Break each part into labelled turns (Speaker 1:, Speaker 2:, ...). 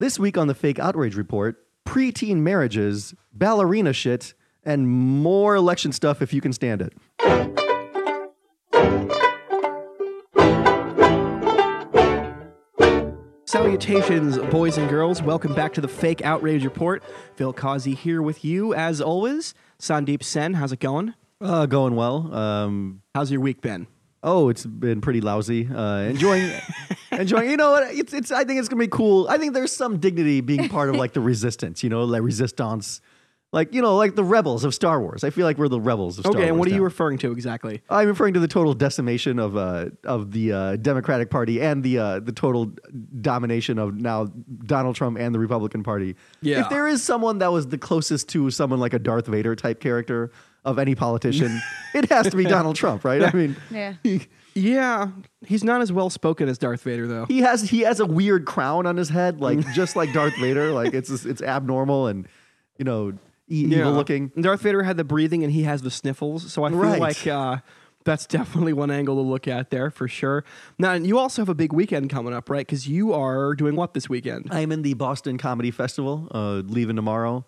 Speaker 1: This week on the Fake Outrage Report, preteen marriages, ballerina shit, and more election stuff if you can stand it.
Speaker 2: Salutations, boys and girls. Welcome back to the Fake Outrage Report. Phil Causey here with you, as always. Sandeep Sen, how's it going?
Speaker 1: Uh, going well. Um,
Speaker 2: How's your week been?
Speaker 1: Oh, it's been pretty lousy. Uh, enjoying, enjoying. You know what? It's, it's. I think it's gonna be cool. I think there's some dignity being part of like the resistance. You know, like resistance, like you know, like the rebels of Star Wars. I feel like we're the rebels of Star Wars.
Speaker 2: okay, and what are
Speaker 1: now.
Speaker 2: you referring to exactly?
Speaker 1: I'm referring to the total decimation of uh, of the uh, Democratic Party and the uh, the total domination of now Donald Trump and the Republican Party.
Speaker 2: Yeah.
Speaker 1: If there is someone that was the closest to someone like a Darth Vader type character of any politician, it has to be Donald Trump, right? I mean,
Speaker 3: Yeah.
Speaker 2: Yeah, he's not as well spoken as Darth Vader, though.
Speaker 1: he has he has a weird crown on his head, like just like Darth Vader. Like it's it's abnormal and you know e-
Speaker 2: Yeah.
Speaker 1: evil looking.
Speaker 2: Darth Vader had the breathing, and he has the sniffles. So I feel
Speaker 1: Right.
Speaker 2: like uh, that's definitely one angle to look at there for sure. Now, and you also have a big weekend coming up, right? Because you are doing what this weekend?
Speaker 1: I'm in the Boston Comedy Festival, uh, leaving tomorrow.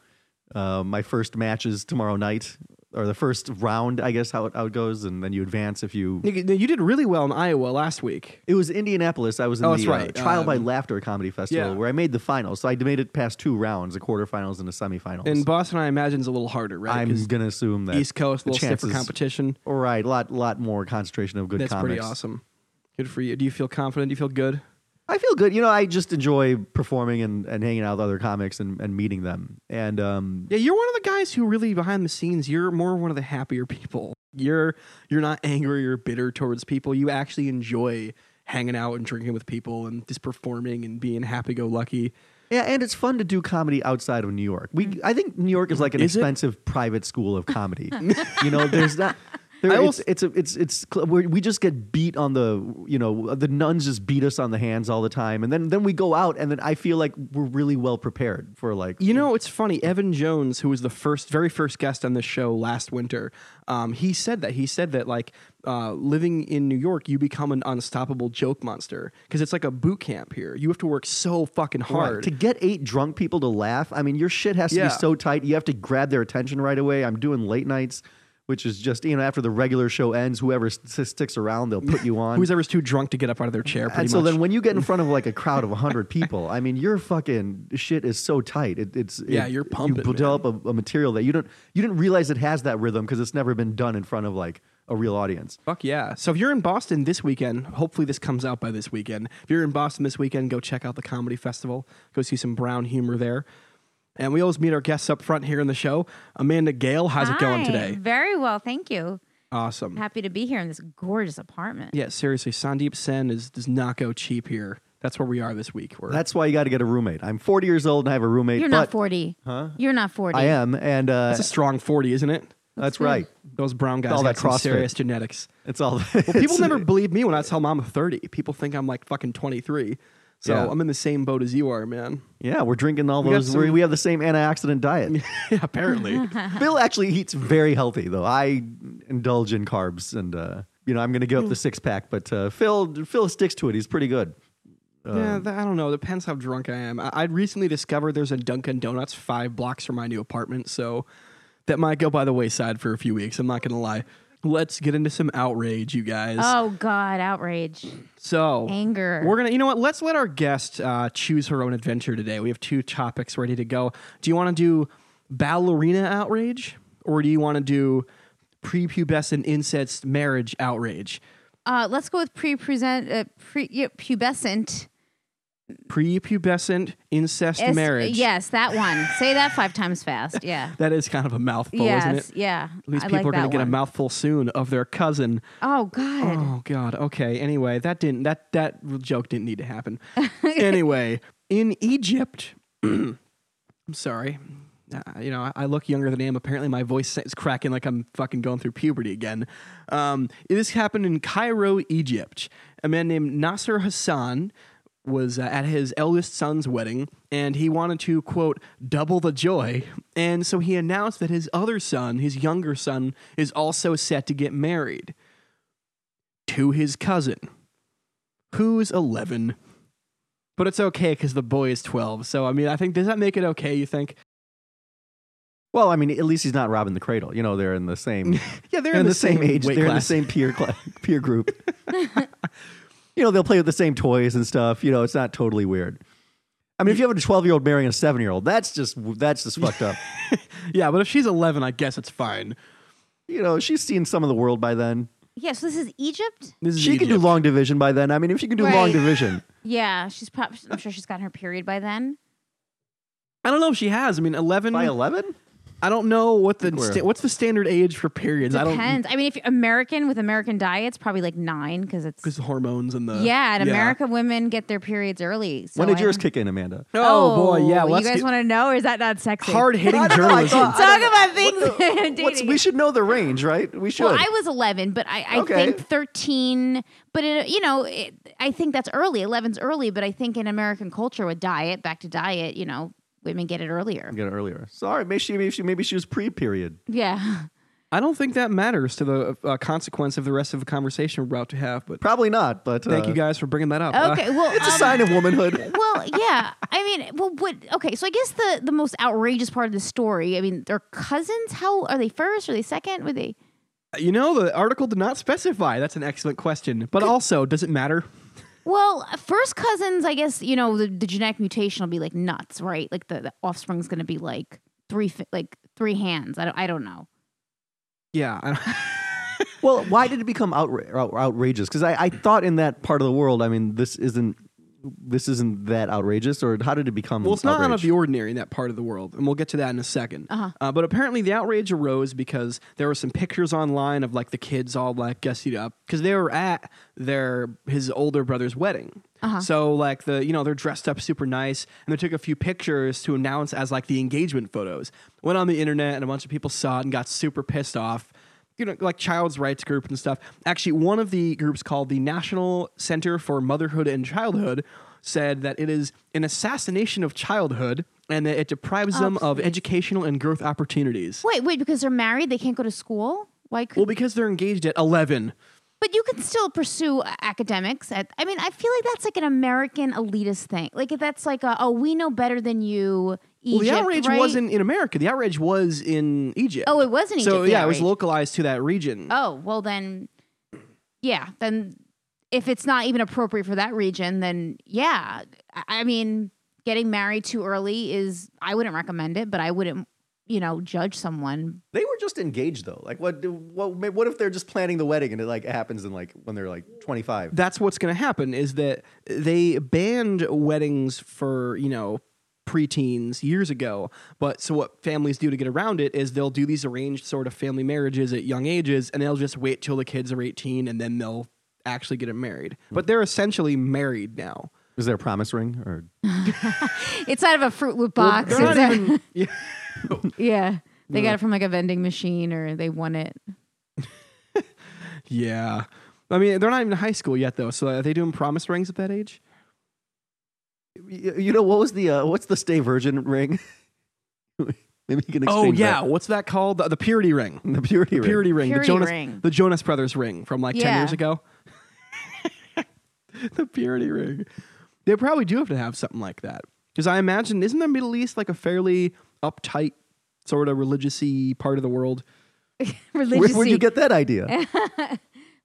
Speaker 1: Uh, my first match is tomorrow night, or the first round, I guess, how it, how it goes. And then you advance if you.
Speaker 2: You you did really well in Iowa last week.
Speaker 1: It was Indianapolis. I was in
Speaker 2: Oh, that's
Speaker 1: the uh,
Speaker 2: right.
Speaker 1: Trial by
Speaker 2: Um,
Speaker 1: Laughter Comedy Festival
Speaker 2: yeah.
Speaker 1: where I made the finals. So I made it past two rounds, the quarterfinals and the semifinals.
Speaker 2: And Boston, I imagine, is a little harder, right?
Speaker 1: I'm
Speaker 2: 'Cause
Speaker 1: going to assume that.
Speaker 2: East Coast, a
Speaker 1: the
Speaker 2: little stiffer
Speaker 1: chances-
Speaker 2: competition.
Speaker 1: All right, lot, lot more concentration of good
Speaker 2: That's
Speaker 1: comics.
Speaker 2: pretty awesome. Good for you. Do you feel confident? Do you feel good?
Speaker 1: I feel good. You know, I just enjoy performing and, and hanging out with other comics and, and meeting them. And um,
Speaker 2: Yeah, you're one of the guys who really behind the scenes, you're more one of the happier people. You're you're not angry or bitter towards people. You actually enjoy hanging out and drinking with people and just performing and being happy go lucky.
Speaker 1: Yeah, and it's fun to do comedy outside of New York. We, I think New York is like an
Speaker 2: Mm-hmm. Is it?
Speaker 1: expensive private school of comedy. you know, there's not. There,
Speaker 2: I
Speaker 1: it's,
Speaker 2: also-
Speaker 1: it's a, it's it's cl- we're, we just get beat on the you know the nuns just beat us on the hands all the time and then then we go out and then I feel like we're really well prepared for like
Speaker 2: You know, it's funny. Evan Jones, who was the first, very first guest on this show last winter, um, he said that. He said that, like, uh, living in New York, you become an unstoppable joke monster because it's like a boot camp here. You have to work so fucking hard.
Speaker 1: Right. to get eight drunk people to laugh. I mean, your shit has to
Speaker 2: Yeah.
Speaker 1: be so tight. You have to grab their attention right away. I'm doing late nights, which is just you know after the regular show ends, whoever s- sticks around, they'll put you on.
Speaker 2: Who's ever's too drunk to get up out of their chair? Pretty
Speaker 1: and so
Speaker 2: much.
Speaker 1: then when you get in front of like a crowd of 100 people i mean your fucking shit is so tight it, it's
Speaker 2: Yeah,
Speaker 1: it-
Speaker 2: you're pumping,
Speaker 1: you develop a, a material that you don't you didn't realize it has that rhythm because it's never been done in front of like a real audience
Speaker 2: Fuck yeah. So if you're in Boston this weekend, hopefully this comes out by this weekend. If you're in Boston this weekend, go check out the comedy festival. Go see some brown humor there. And we always meet our guests up front here in the show. Amanda Gale, how's it going
Speaker 3: Hi.
Speaker 2: today?
Speaker 3: Very well, thank you.
Speaker 2: Awesome.
Speaker 3: Happy to be here in this gorgeous apartment.
Speaker 2: Yeah, seriously, Sandeep Sen is does not go cheap here. That's where we are this week. We're
Speaker 1: that's why you got to get a roommate i'm 40 years old and i have a roommate
Speaker 3: You're
Speaker 1: but
Speaker 3: not 40. Huh? You're not 40.
Speaker 1: i am and uh,
Speaker 2: that's a
Speaker 1: that's,
Speaker 2: strong forty, isn't it?
Speaker 3: good.
Speaker 1: right
Speaker 2: Those brown guys
Speaker 1: all
Speaker 2: got
Speaker 1: that
Speaker 2: some
Speaker 1: CrossFit.
Speaker 2: serious genetics.
Speaker 1: it's all
Speaker 2: People never believe me when I tell mom I'm 30. People think I'm like fucking 23. So
Speaker 1: Yeah.
Speaker 2: I'm in the same boat as you are, man.
Speaker 1: yeah we're drinking all
Speaker 2: We got
Speaker 1: those we
Speaker 2: some-
Speaker 1: we have the same antioxidant diet
Speaker 2: yeah, apparently.
Speaker 1: bill actually eats very healthy though i indulge in carbs and uh, you know i'm gonna give up the six-pack but uh, phil phil sticks to it he's pretty good
Speaker 2: yeah, th- I don't know. Depends how drunk I am. I, I recently discovered there's a Dunkin' Donuts five blocks from my new apartment, so that might go by the wayside for a few weeks. I'm not gonna lie. Let's get into some outrage, you guys.
Speaker 3: Oh God, outrage.
Speaker 2: so
Speaker 3: anger.
Speaker 2: We're gonna. You know what? Let's let our guest uh, choose her own adventure today. We have two topics ready to go. Do you want to do ballerina outrage, or do you want to do prepubescent incest marriage outrage?
Speaker 3: Uh, let's go with pre-present, uh, pre yeah, pubescent
Speaker 2: Prepubescent incest
Speaker 3: Es-
Speaker 2: marriage.
Speaker 3: Yes, that one. Say that five times fast. Yeah.
Speaker 2: That is kind of a mouthful, isn't it?
Speaker 3: yes. Yeah.
Speaker 2: These
Speaker 3: I
Speaker 2: people
Speaker 3: like
Speaker 2: are going
Speaker 3: that
Speaker 2: to get a
Speaker 3: one.
Speaker 2: mouthful soon of their cousin.
Speaker 3: Oh God.
Speaker 2: Oh God. Okay. Anyway, that didn't that that joke didn't need to happen. anyway, in Egypt, I'm sorry. Uh, you know, I, I look younger than I am. Apparently, my voice is cracking like I'm fucking going through puberty again. Um, this happened in Cairo, Egypt. A man named Nasser Hassan was uh, at his eldest son's wedding, and he wanted to quote double the joy. And so he announced that his other son, his younger son, is also set to get married to his cousin, who's 11. But it's okay because the boy is 12. So, I mean, I think, does that make it okay, you think?
Speaker 1: Well, I mean, at least he's not robbing the cradle. You know, they're in the same.
Speaker 2: Yeah, they're
Speaker 1: They're in the same, age.
Speaker 2: weight
Speaker 1: They're in the
Speaker 2: class.
Speaker 1: same peer cla- peer group. you know, they'll play with the same toys and stuff. You know, it's not totally weird. I mean, if you have a twelve year old marrying a seven year old, that's just that's just fucked up.
Speaker 2: Yeah, but if she's 11, I guess it's fine.
Speaker 1: You know, she's seen some of the world by then.
Speaker 3: Yeah, so this is Egypt?
Speaker 2: This is
Speaker 1: She can do
Speaker 2: Egypt.
Speaker 1: long division by then. I mean, if she can do long
Speaker 3: Right.
Speaker 1: division,
Speaker 3: Yeah, she's probably, I'm sure she's gotten her period by then.
Speaker 2: I don't know if she has. I mean, 11.
Speaker 1: by eleven,
Speaker 2: I don't know what the
Speaker 1: Think we're-
Speaker 2: sta- what's the standard age for periods. I don't
Speaker 3: Depends. I, mean, if you're American with American diets, probably like nine because it's.
Speaker 2: because hormones and the
Speaker 3: yeah, in America, women get their periods early. So
Speaker 1: when did
Speaker 3: I
Speaker 1: yours
Speaker 3: don't-
Speaker 1: kick in, Amanda?
Speaker 2: Oh, boy, yeah. well,
Speaker 3: you
Speaker 2: let's
Speaker 3: guys
Speaker 2: get-
Speaker 3: want to know, or is that not sexy?
Speaker 2: hard hitting journalism.
Speaker 1: thought-
Speaker 3: Talk about things.
Speaker 1: What the- what's-
Speaker 3: dating.
Speaker 1: we should know the range, right? We should.
Speaker 3: Well, I was 11, but I, I
Speaker 1: Okay.
Speaker 3: think 13, but it, you know, it, I think that's early. 11's early, but I think in American culture with diet, back to diet, you know, women get it earlier.
Speaker 1: get it earlier. Sorry, maybe she, maybe she, maybe she was pre period.
Speaker 3: Yeah.
Speaker 2: I don't think that matters to the uh, consequence of the rest of the conversation we're about to have. But
Speaker 1: Probably not. But
Speaker 2: thank
Speaker 1: uh,
Speaker 2: you guys for bringing that up. Uh,
Speaker 3: Okay. Well,
Speaker 1: It's a
Speaker 3: um,
Speaker 1: sign of womanhood.
Speaker 3: well, yeah. I mean, well, what? Okay, so I guess the the most outrageous part of the story. I mean, they're cousins. How are they first? Are they second? Were they?
Speaker 2: you know, the article did not specify. That's an excellent question. But also, does it matter?
Speaker 3: Well, uh, first cousins. I guess you know the, the genetic mutation will be like nuts, right? Like the, the offspring's going to be like three, fi- like three hands. I don't, I don't know.
Speaker 2: Yeah. I
Speaker 1: Well, why did it become outra- out- outrageous? Because I, I thought in that part of the world, I mean, this isn't this isn't that outrageous. Or how did it become?
Speaker 2: well, it's not out of
Speaker 1: outrage?
Speaker 2: the ordinary in that part of the world, and we'll get to that in a 2nd
Speaker 3: Uh-huh.
Speaker 2: Uh, but apparently, the outrage arose because there were some pictures online of like the kids all like gussied up because they were at their his older brother's wedding.
Speaker 3: Uh-huh.
Speaker 2: So like the you know they're dressed up super nice, and they took a few pictures to announce as like the engagement photos. Went on the internet, and a bunch of people saw it and got super pissed off. You know, like child's rights group and stuff. Actually, one of the groups called the National Center for Motherhood and Childhood said that it is an assassination of childhood and that it deprives them of educational and growth opportunities.
Speaker 3: Wait, wait, because they're married, they can't go to school. Why could?
Speaker 2: Well, because they're engaged at 11.
Speaker 3: but you can still pursue a- academics. At, I mean, I feel like that's like an American elitist thing. Like that's like, a, oh, we know better than you.
Speaker 2: Well,
Speaker 3: Egypt,
Speaker 2: the outrage
Speaker 3: right?
Speaker 2: wasn't in America. The outrage was in Egypt.
Speaker 3: Oh, it was in
Speaker 2: So,
Speaker 3: Egypt, the
Speaker 2: yeah, it was
Speaker 3: outrage.
Speaker 2: localized to that region.
Speaker 3: Oh well, then, yeah, then if it's not even appropriate for that region, then yeah, I, I mean, getting married too early is I wouldn't recommend it, but I wouldn't, you know, judge someone.
Speaker 1: They were just engaged though. Like, what what what if they're just planning the wedding and it like happens in like when they're like twenty five?
Speaker 2: That's what's going to happen is that they banned weddings for, you know, preteens years ago. But so what families do to get around it is they'll do these arranged sort of family marriages at young ages and they'll just wait till the kids are 18 and then they'll actually get 'em married. But they're essentially married now.
Speaker 1: Is there a promise ring or
Speaker 3: It's out of a Fruit Loop
Speaker 2: Well,
Speaker 3: box.
Speaker 2: they're not
Speaker 3: It's a-
Speaker 2: even- yeah.
Speaker 3: yeah, they got it from like a vending machine, or they won it.
Speaker 2: Yeah. I mean, they're not even in high school yet, though. So are they doing promise rings at that age?
Speaker 1: you, you know what was the uh, what's the stay virgin ring? Maybe you can
Speaker 2: Oh,
Speaker 1: exchange
Speaker 2: yeah.
Speaker 1: that.
Speaker 2: What's that called? The, the purity ring.
Speaker 1: the purity ring.
Speaker 2: Purity ring. the
Speaker 3: Purity
Speaker 2: Jonas,
Speaker 3: ring.
Speaker 2: The Jonas Brothers ring from like 10
Speaker 3: Yeah.
Speaker 2: years ago. the purity ring. They probably do have to have something like that. Because I imagine, isn't the Middle East like a fairly uptight, sort of religious y part of the world?
Speaker 1: Where,
Speaker 3: Religious
Speaker 1: where'd you get that idea?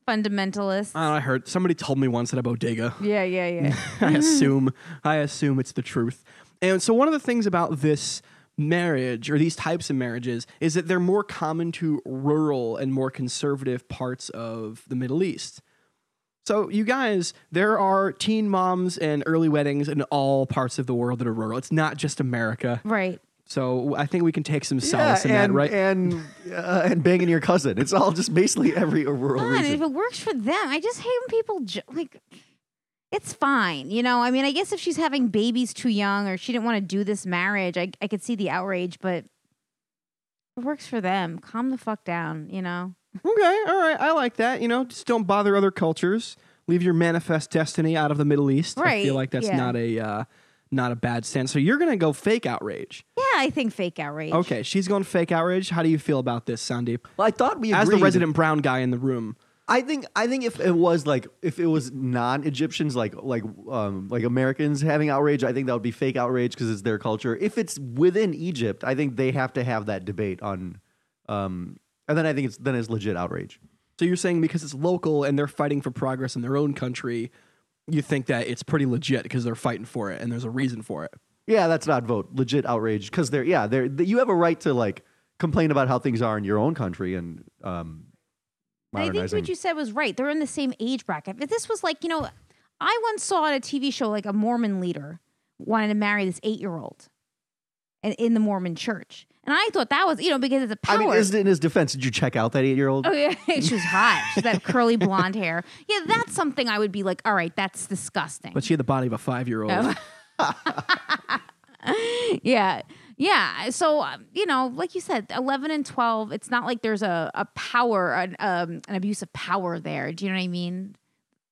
Speaker 3: fundamentalist.
Speaker 2: I, don't know, I heard somebody told me once at a bodega.
Speaker 3: yeah, yeah, yeah.
Speaker 2: I assume. I assume it's the truth. And so one of the things about this marriage or these types of marriages is that they're more common to rural and more conservative parts of the Middle East. So you guys, there are teen moms and early weddings in all parts of the world that are rural. It's not just America.
Speaker 3: right.
Speaker 2: So I think we can take some solace in
Speaker 1: and
Speaker 2: that, right?
Speaker 1: and uh, and banging your cousin. It's all just basically every rural
Speaker 3: fun
Speaker 1: region.
Speaker 3: if it works for them. I just hate when people ju- like. It's fine, you know. I mean, I guess if she's having babies too young or she didn't want to do this marriage, I I could see the outrage, but it works for them. Calm the fuck down, you know.
Speaker 2: okay, all right. I like that. You know, just don't bother other cultures. Leave your manifest destiny out of the Middle East. I
Speaker 3: Right,
Speaker 2: feel like that's
Speaker 3: yeah.
Speaker 2: not a uh, not a bad stance. So you're gonna go fake outrage.
Speaker 3: Yeah, I think fake outrage.
Speaker 2: Okay, she's going fake outrage. How do you feel about this, Sandeep?
Speaker 1: Well, I thought we
Speaker 2: As
Speaker 1: agreed.
Speaker 2: the resident brown guy in the room,
Speaker 1: I think I think if it was like if it was non-Egyptians like like um like Americans having outrage, I think that would be fake outrage because it's their culture. If it's within Egypt, I think they have to have that debate on um and then I think it's then it's legit outrage.
Speaker 2: So you're saying because it's local and they're fighting for progress in their own country, you think that it's pretty legit because they're fighting for it and there's a reason for it.
Speaker 1: Yeah, that's not vote. Legit outrage because they're yeah they're th- you have a right to like complain about how things are in your own country and um.
Speaker 3: And I think
Speaker 1: modernizing.
Speaker 3: what you said was right. They're in the same age bracket. But this was like, you know, I once saw on a TV show like a Mormon leader wanted to marry this eight year old in, in the Mormon church. And I thought that was, you know, because it's a
Speaker 1: I
Speaker 3: power.
Speaker 1: mean, is in his defense, did you check out that eight-year-old?
Speaker 3: Oh yeah, she was hot. She had that curly blonde hair. Yeah, that's something I would be like, all right, that's disgusting.
Speaker 2: But she had the body of a five year old.
Speaker 3: Oh. yeah, yeah. So um, you know, like you said, eleven and twelve. It's not like there's a a power, an, um, an abuse of power there. Do you know what I mean?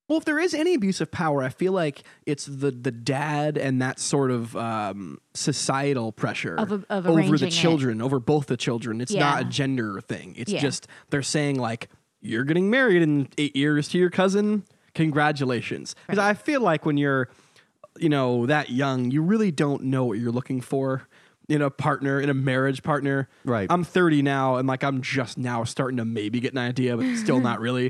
Speaker 2: Well, if there is any abuse of power, I feel like it's the the dad and that sort of um, societal pressure
Speaker 3: Of a- of
Speaker 2: over
Speaker 3: arranging
Speaker 2: the
Speaker 3: it.
Speaker 2: children, over both the children. It's not a
Speaker 3: Yeah.
Speaker 2: gender thing. It's
Speaker 3: Yeah.
Speaker 2: just they're saying like you're getting married in eight years to your cousin. Congratulations. 'Cause I feel like when you're you know that young, you really don't know what you're looking for in a partner, in a marriage partner.
Speaker 1: Right.
Speaker 2: I'm 30 now, and like I'm just now starting to maybe get an idea, but still not really.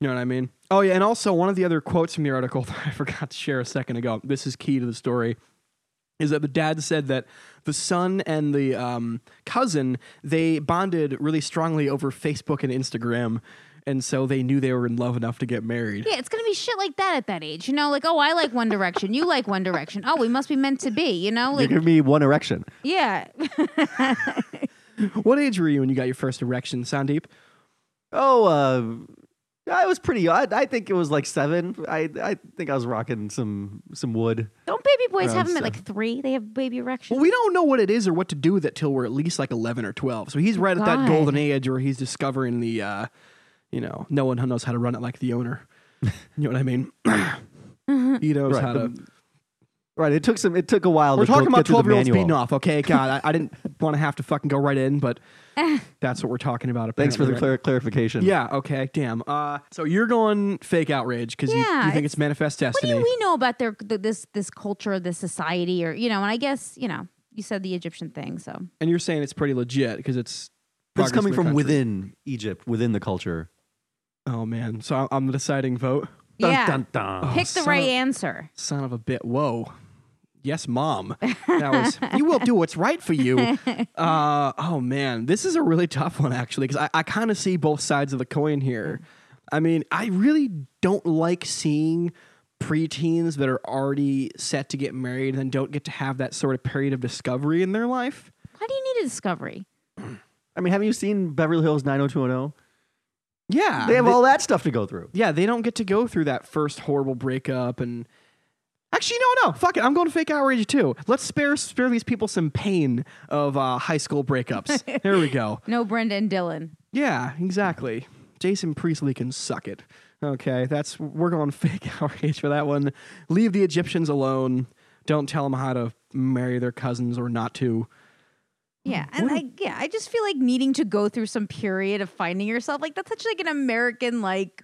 Speaker 2: You know what I mean? Oh, yeah. And also, one of the other quotes from the article that I forgot to share a second ago, this is key to the story, is that the dad said that the son and the um, cousin, they bonded really strongly over Facebook and Instagram. And so they knew they were in love enough to get married.
Speaker 3: Yeah, it's gonna be shit like that at that age. You know, like oh, I like One Direction, you like One Direction. Oh, we must be meant to be. You know,
Speaker 1: You
Speaker 3: like
Speaker 1: give me one erection.
Speaker 3: yeah.
Speaker 2: What age were you when you got your first erection, Sandeep?
Speaker 1: Oh, uh, I was pretty. I, I think it was like seven. I I think I was rocking some some wood.
Speaker 3: Don't baby boys
Speaker 1: Around
Speaker 3: have them at
Speaker 1: seven.
Speaker 3: like three? They have baby erection.
Speaker 2: Well, we don't know what it is or what to do with it till we're at least like 11 or 12. So he's right at that
Speaker 3: God.
Speaker 2: golden age where he's discovering the, uh, you know, no one knows how to run it like the owner. you know what I mean?
Speaker 3: Mm-hmm.
Speaker 2: he knows
Speaker 1: Right,
Speaker 2: how to.
Speaker 1: Right. It took some. It took a while.
Speaker 2: We're
Speaker 1: to
Speaker 2: talking
Speaker 1: go,
Speaker 2: about
Speaker 1: get to the
Speaker 2: 12 year olds
Speaker 1: manual.
Speaker 2: beating off, okay? God, I, I didn't want to have to fucking go right in, but
Speaker 3: Eh.
Speaker 2: that's what we're talking about.
Speaker 1: Thanks for the
Speaker 2: apparently, right?
Speaker 1: clar- clarification.
Speaker 2: Yeah, okay, damn. Uh, so you're going fake outrage because you,
Speaker 3: Yeah,
Speaker 2: you think it's, manifest
Speaker 3: what
Speaker 2: destiny.
Speaker 3: do we know about their th- this this culture, this society, or you know? And I guess you know, you said the Egyptian thing, so
Speaker 2: and you're saying it's pretty legit because
Speaker 1: It's
Speaker 2: it's. progress in
Speaker 1: coming
Speaker 2: the
Speaker 1: from
Speaker 2: country.
Speaker 1: within Egypt, within the culture.
Speaker 2: Oh, man. So I- I'm the deciding vote.
Speaker 1: Dun,
Speaker 3: yeah.
Speaker 1: dun, dun.
Speaker 2: Oh,
Speaker 3: Pick the
Speaker 2: son
Speaker 3: right
Speaker 2: of-
Speaker 3: answer.
Speaker 2: son of a bit whoa yes mom that was you will do what's right for you uh, oh man this is a really tough one actually because i, I kind of see both sides of the coin here i mean i really don't like seeing preteens that are already set to get married and don't get to have that sort of period of discovery in their life
Speaker 3: Why do you need a discovery?
Speaker 1: I mean, haven't you seen Beverly Hills 90210?
Speaker 2: yeah
Speaker 1: They have all that stuff to go through.
Speaker 2: yeah they don't get to go through that first horrible breakup and Actually, no, no. Fuck it. I'm going to fake outrage too. Let's spare spare these people some pain of uh, high school breakups. there we go.
Speaker 3: No, Brenda and Dylan.
Speaker 2: Yeah, exactly. Jason Priestley can suck it. Okay, that's we're going fake outrage for that one. Leave the Egyptians alone. Don't tell them how to marry their cousins or not to.
Speaker 3: Yeah,
Speaker 2: Hmm,
Speaker 3: and I yeah, I just feel like needing to go through some period of finding yourself. Like that's such like an American like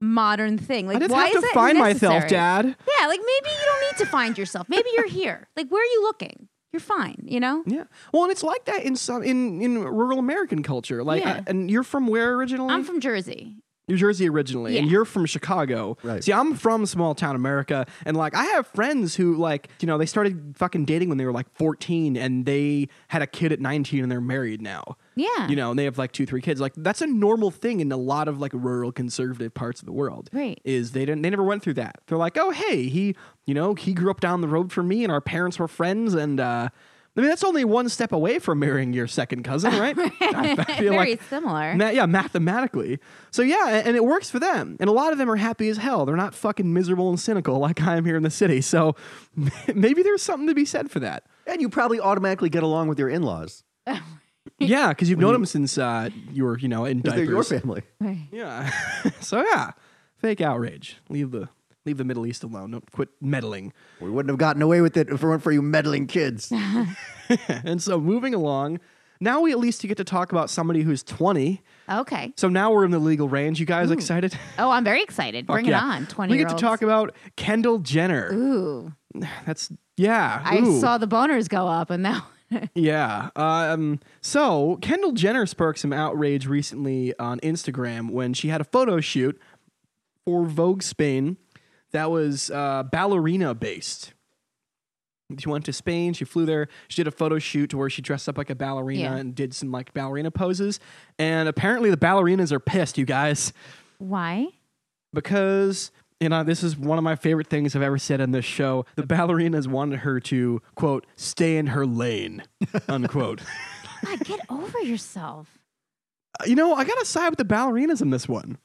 Speaker 3: modern thing. Like
Speaker 2: I just
Speaker 3: why
Speaker 2: have
Speaker 3: is
Speaker 2: to
Speaker 3: that
Speaker 2: find
Speaker 3: necessary?
Speaker 2: myself, Dad.
Speaker 3: Yeah, like maybe you don't need to find yourself. Maybe you're here. Like where are you looking? You're fine. You know.
Speaker 2: Yeah. Well, and it's like that in some in in rural American culture. Like,
Speaker 3: Yeah.
Speaker 2: I- and you're from where originally?
Speaker 3: I'm from Jersey.
Speaker 2: New Jersey originally, and
Speaker 3: Yeah.
Speaker 2: you're from Chicago.
Speaker 1: Right.
Speaker 2: See, I'm from small town America, and like I have friends who like you know they started fucking dating when they were like 14, and they had a kid at 19, and they're married now.
Speaker 3: Yeah.
Speaker 2: You know, and they have like two, three kids. Like that's a normal thing in a lot of like rural conservative parts of the world.
Speaker 3: Right.
Speaker 2: Is they didn't they never went through that. They're like, oh hey, he you know he grew up down the road from me, and our parents were friends, and. uh I mean, that's only one step away from marrying your second cousin, right? I feel
Speaker 3: Very similar.
Speaker 2: Ma- yeah, mathematically. So yeah, a- and it works for them. And a lot of them are happy as hell. They're not fucking miserable and cynical like I am here in the city. So maybe there's something to be said for that.
Speaker 1: And you probably automatically get along with your in-laws
Speaker 2: Yeah, because you've known them since uh, you were, you know, in
Speaker 1: because
Speaker 2: diapers.
Speaker 1: they're your family.
Speaker 3: Right.
Speaker 2: Yeah. so yeah, fake outrage. Leave the leave the Middle East alone. Don't quit meddling.
Speaker 1: We wouldn't have gotten away with it if it weren't for you meddling kids.
Speaker 2: and so moving along, Now we at least get to talk about somebody who's 20.
Speaker 3: Okay.
Speaker 2: So now we're in the legal range. You guys excited?
Speaker 3: Oh, I'm very excited. Bring
Speaker 2: yeah.
Speaker 3: it on. Twenty.
Speaker 2: we get to talk about Kendall Jenner.
Speaker 3: Ooh,
Speaker 2: That's yeah.
Speaker 3: I
Speaker 2: ooh.
Speaker 3: saw the boners go up, and now
Speaker 2: Yeah. Um, so Kendall Jenner sparked some outrage recently on Instagram when she had a photo shoot for Vogue Spain that was uh, ballerina based. She went to Spain. She flew there. She did a photo shoot to where she dressed up like a ballerina
Speaker 3: Yeah.
Speaker 2: and did some like ballerina poses. And apparently the ballerinas are pissed, you guys,
Speaker 3: why?
Speaker 2: because you know this is one of my favorite things I've ever said on this show. The ballerinas wanted her to quote stay in her lane, unquote.
Speaker 3: God, get over yourself.
Speaker 2: you know, I gotta side with the ballerinas in this one.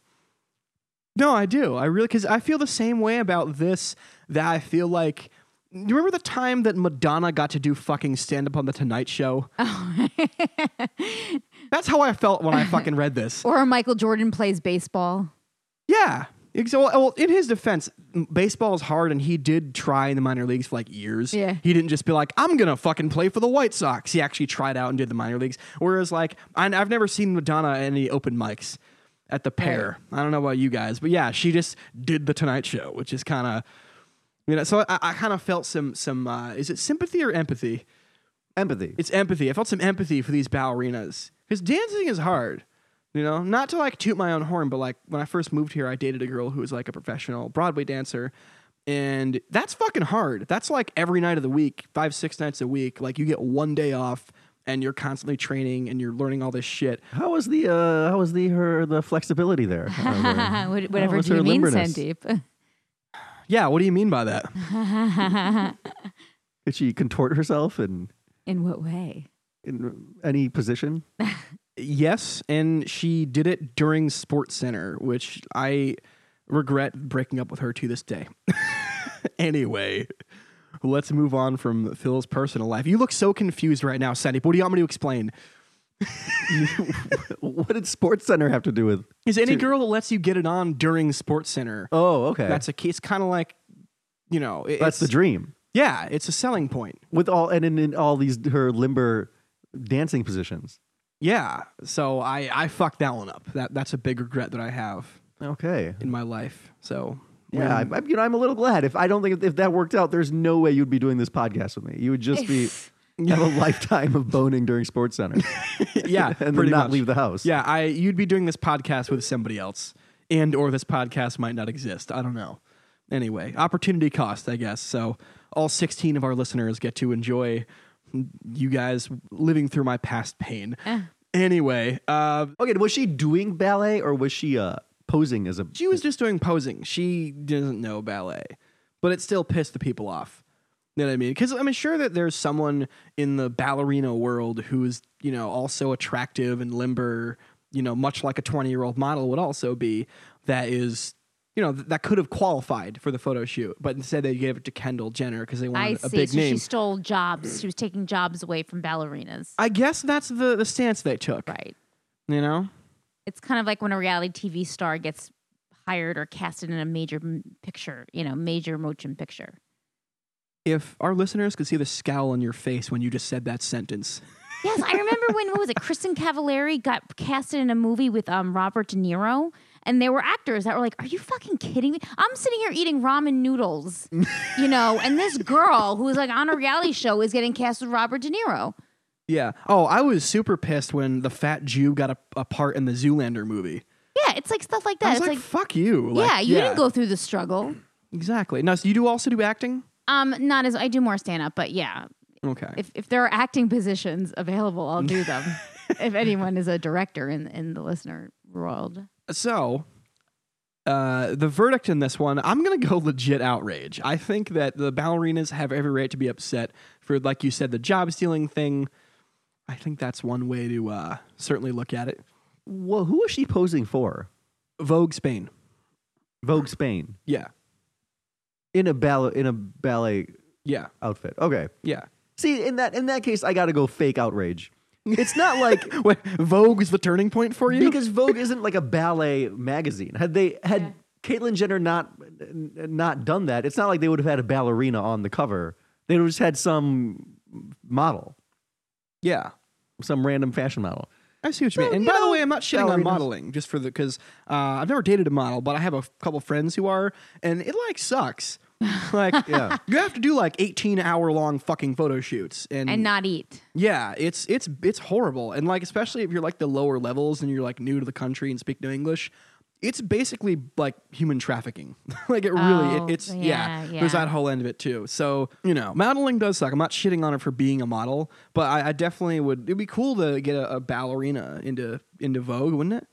Speaker 2: No, I do. I really because I feel the same way about this that I feel like. You remember the time that Madonna got to do fucking stand up on the Tonight Show? That's how I felt when I fucking read this.
Speaker 3: Or Michael Jordan plays baseball.
Speaker 2: Yeah. Ex- Well, well, in his defense, m- baseball is hard, and he did try in the minor leagues for like years.
Speaker 3: Yeah.
Speaker 2: He didn't just be like, I'm going to fucking play for the White Sox. He actually tried out and did the minor leagues. Whereas, like, I, I've never seen Madonna at any open mics at the pair. I don't know about you guys, but yeah, she just did the Tonight Show, which is kind of, you know, so I, I kind of felt some, some, uh, is it sympathy or empathy?
Speaker 1: Empathy.
Speaker 2: It's empathy. I felt some empathy for these ballerinas because dancing is hard. You know, not to like toot my own horn, but like when I first moved here, I dated a girl who was like a professional Broadway dancer, and that's fucking hard. That's like every night of the week, five, six nights a week. Like you get one day off, and you're constantly training and you're learning all this shit.
Speaker 1: How was the uh, how was the her the flexibility there? Uh,
Speaker 2: Oh,
Speaker 3: What- Whatever
Speaker 1: what's
Speaker 3: do
Speaker 1: her
Speaker 3: you mean,
Speaker 1: limberness?
Speaker 3: Sandeep?
Speaker 2: Yeah, what do you mean by that?
Speaker 1: Did she contort herself in
Speaker 3: In what way?
Speaker 1: in any position?
Speaker 2: Yes, and she did it during Sports Center, which I regret breaking up with her to this day. anyway, let's move on from Phil's personal life. You look so confused right now, Sandy. What do you want me to explain?
Speaker 1: what did Sports Center have to do with?
Speaker 2: Is any girl that lets you get it on during Sports Center?
Speaker 1: Oh, okay.
Speaker 2: That's a key. It's kind of like, you know, it-
Speaker 1: That's the
Speaker 2: it's-
Speaker 1: dream.
Speaker 2: yeah. It's a selling point.
Speaker 1: With all and in, in all these her limber dancing positions.
Speaker 2: Yeah. So I I fucked that one up. That that's a big regret that I have
Speaker 1: Okay.
Speaker 2: in my life. So
Speaker 1: Yeah, I'm, I'm- you know, I'm a little glad. If I don't think if that worked out, there's no way you'd be doing this podcast with me. You would just be have a lifetime of boning during Sports Center,
Speaker 2: yeah,
Speaker 1: and then
Speaker 2: pretty
Speaker 1: not
Speaker 2: much.
Speaker 1: leave the house.
Speaker 2: Yeah, I you'd be doing this podcast with somebody else, and or this podcast might not exist. I don't know. Anyway, opportunity cost, I guess. So all 16 of our listeners get to enjoy you guys living through my past pain. Anyway, uh,
Speaker 1: Okay. Was she doing ballet or was she uh, posing as a?
Speaker 2: she was just doing posing. She doesn't know ballet, but it still pissed the people off. You know what I mean? Because I'm sure that there's someone in the ballerina world who is, you know, also attractive and limber, you know, much like a 20 year old model would also be, that is, you know, th- that could have qualified for the photo shoot, but instead they gave it to Kendall Jenner because they
Speaker 3: I
Speaker 2: wanted a
Speaker 3: see.
Speaker 2: big
Speaker 3: so
Speaker 2: name.
Speaker 3: she stole jobs. She was taking jobs away from ballerinas.
Speaker 2: I guess that's the, the stance they took,
Speaker 3: Right.
Speaker 2: you know?
Speaker 3: It's kind of like when a reality TV star gets hired or casted in a major m- picture, you know, major motion picture.
Speaker 2: If our listeners could see the scowl on your face when you just said that sentence.
Speaker 3: Yes, I remember when what was it? Kristen Cavallari got casted in a movie with um, Robert De Niro, and there were actors that were like, "Are you fucking kidding me? I'm sitting here eating ramen noodles, you know, and this girl who is like on a reality show is getting cast with Robert De Niro."
Speaker 2: Yeah. Oh, I was super pissed when the fat Jew got a, a part in the Zoolander movie.
Speaker 3: Yeah, it's like stuff like
Speaker 2: I
Speaker 3: that.
Speaker 2: was
Speaker 3: It's
Speaker 2: like,
Speaker 3: like,
Speaker 2: fuck you. Like,
Speaker 3: yeah, you didn't go through the struggle.
Speaker 2: Exactly. Now, so you do also do acting?
Speaker 3: Um, not as I do more stand up, but yeah,
Speaker 2: Okay.
Speaker 3: if if there are acting positions available, I'll do them. if anyone is a director in in the listener world,
Speaker 2: so, uh, the verdict in this one, I'm going to go legit outrage. I think that the ballerinas have every right to be upset for, like you said, the job stealing thing. I think that's one way to uh, certainly look at it.
Speaker 1: Well, who was she posing for?
Speaker 2: Vogue Spain.
Speaker 1: Vogue Spain
Speaker 2: Yeah.
Speaker 1: in a ballet in a ballet
Speaker 2: Yeah.
Speaker 1: outfit. Okay.
Speaker 2: Yeah.
Speaker 1: See, in that in that case, I got to go fake outrage. It's not like
Speaker 2: Wait, Vogue is the turning point for you?
Speaker 1: because Vogue isn't like a ballet magazine. Had they had Caitlyn Jenner not n- not done that, it's not like they would have had a ballerina on the cover. They would have just had some model.
Speaker 2: yeah.
Speaker 1: some random fashion model.
Speaker 2: I see what you mean. And
Speaker 1: you
Speaker 2: by the
Speaker 1: know,
Speaker 2: way, I'm not shitting on
Speaker 1: ballerinas.
Speaker 2: modeling just for the because uh, I've never dated a model, but I have a f- couple friends who are, and it like sucks. Like
Speaker 1: Yeah.
Speaker 2: you have to do like 18 hour long fucking photo shoots and,
Speaker 3: and not eat.
Speaker 2: yeah, it's it's it's horrible. And like especially if you're like the lower levels and you're like new to the country and speak no English, it's basically like human trafficking. like it really
Speaker 3: Oh,
Speaker 2: it, it's yeah,
Speaker 3: yeah,
Speaker 2: There's
Speaker 3: yeah.
Speaker 2: that whole end of it too. So, you know, modeling does suck. I'm not shitting on her for being a model, but I, I definitely would it'd be cool to get a, a ballerina into into Vogue, wouldn't it?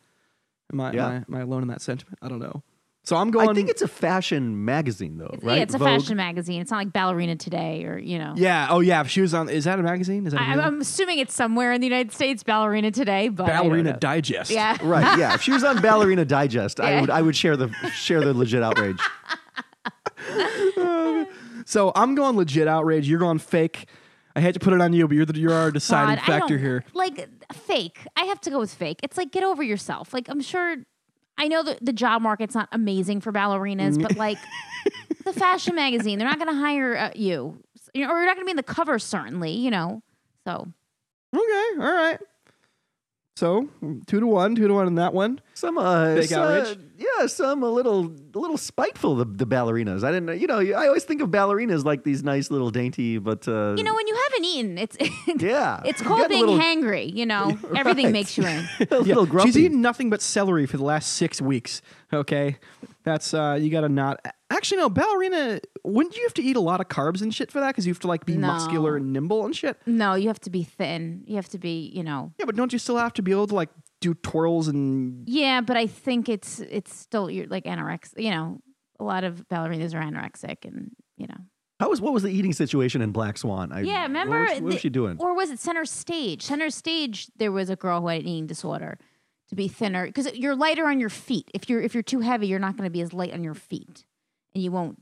Speaker 2: Am I,
Speaker 1: Yeah.
Speaker 2: am I am I alone in that sentiment? I don't know. So I'm going
Speaker 1: I think it's a fashion magazine though,
Speaker 3: It's-
Speaker 1: right?
Speaker 3: Yeah, it's a
Speaker 1: Vogue.
Speaker 3: fashion magazine. It's not like Ballerina Today or you know.
Speaker 2: Yeah, oh yeah, if she was on is that a magazine? Is that a
Speaker 3: I,
Speaker 2: real-
Speaker 1: mm-hmm.
Speaker 3: I'm assuming it's somewhere in the United States, Ballerina Today, but I don't
Speaker 2: Ballerina
Speaker 3: know.
Speaker 2: Digest?
Speaker 3: Yeah.
Speaker 1: Right. Yeah. If she was on Ballerina Digest, I
Speaker 3: Yeah.
Speaker 1: would I would share the share the legit outrage.
Speaker 2: So I'm going legit outrage. You're going fake. I hate to put it on you, but you're the, you're our deciding
Speaker 3: God, I
Speaker 2: factor
Speaker 3: don't-
Speaker 2: here.
Speaker 3: Like fake. I have to go with fake. It's like get over yourself. Like I'm sure I know that the job market's not amazing for ballerinas,
Speaker 1: Mm.
Speaker 3: but like the fashion magazine, they're not going to hire uh, you. You know, or you're not going to be in the cover certainly, you know. So,
Speaker 2: Okay, all right. So two to one, two to one in that one.
Speaker 1: Some uh,
Speaker 2: Fake
Speaker 1: so-
Speaker 2: outrage?
Speaker 1: yeah, some a little a little spiteful the, the ballerinas. I didn't know. You know, I always think of ballerinas like these nice little dainty, but uh,
Speaker 3: you know when you haven't eaten, it's
Speaker 1: yeah,
Speaker 3: it's
Speaker 1: You
Speaker 3: called
Speaker 1: get a
Speaker 3: being
Speaker 1: little,
Speaker 3: hangry, you know. Everything makes you angry.
Speaker 1: a little grumpy.
Speaker 2: She's eaten nothing but celery for the last six weeks. Okay, that's uh, you got to not. Actually, no, ballerina. Wouldn't you have to eat a lot of carbs and shit for that? Because you have to like be
Speaker 3: No.
Speaker 2: muscular and nimble and shit.
Speaker 3: No, you have to be thin. You have to be, you know.
Speaker 2: Yeah, but don't you still have to be able to like do twirls and
Speaker 3: Yeah, but I think it's it's still you're like anorexic, you know. A lot of ballerinas are anorexic and, you know.
Speaker 1: How was what was the eating situation in Black Swan? I, what
Speaker 3: Yeah, remember?
Speaker 1: was- What, was
Speaker 3: the-
Speaker 1: she doing?
Speaker 3: Or was it center stage? Center stage, there was a girl who had an eating disorder to be thinner because you're lighter on your feet. If you're if you're too heavy, you're not going to be as light on your feet, and you won't.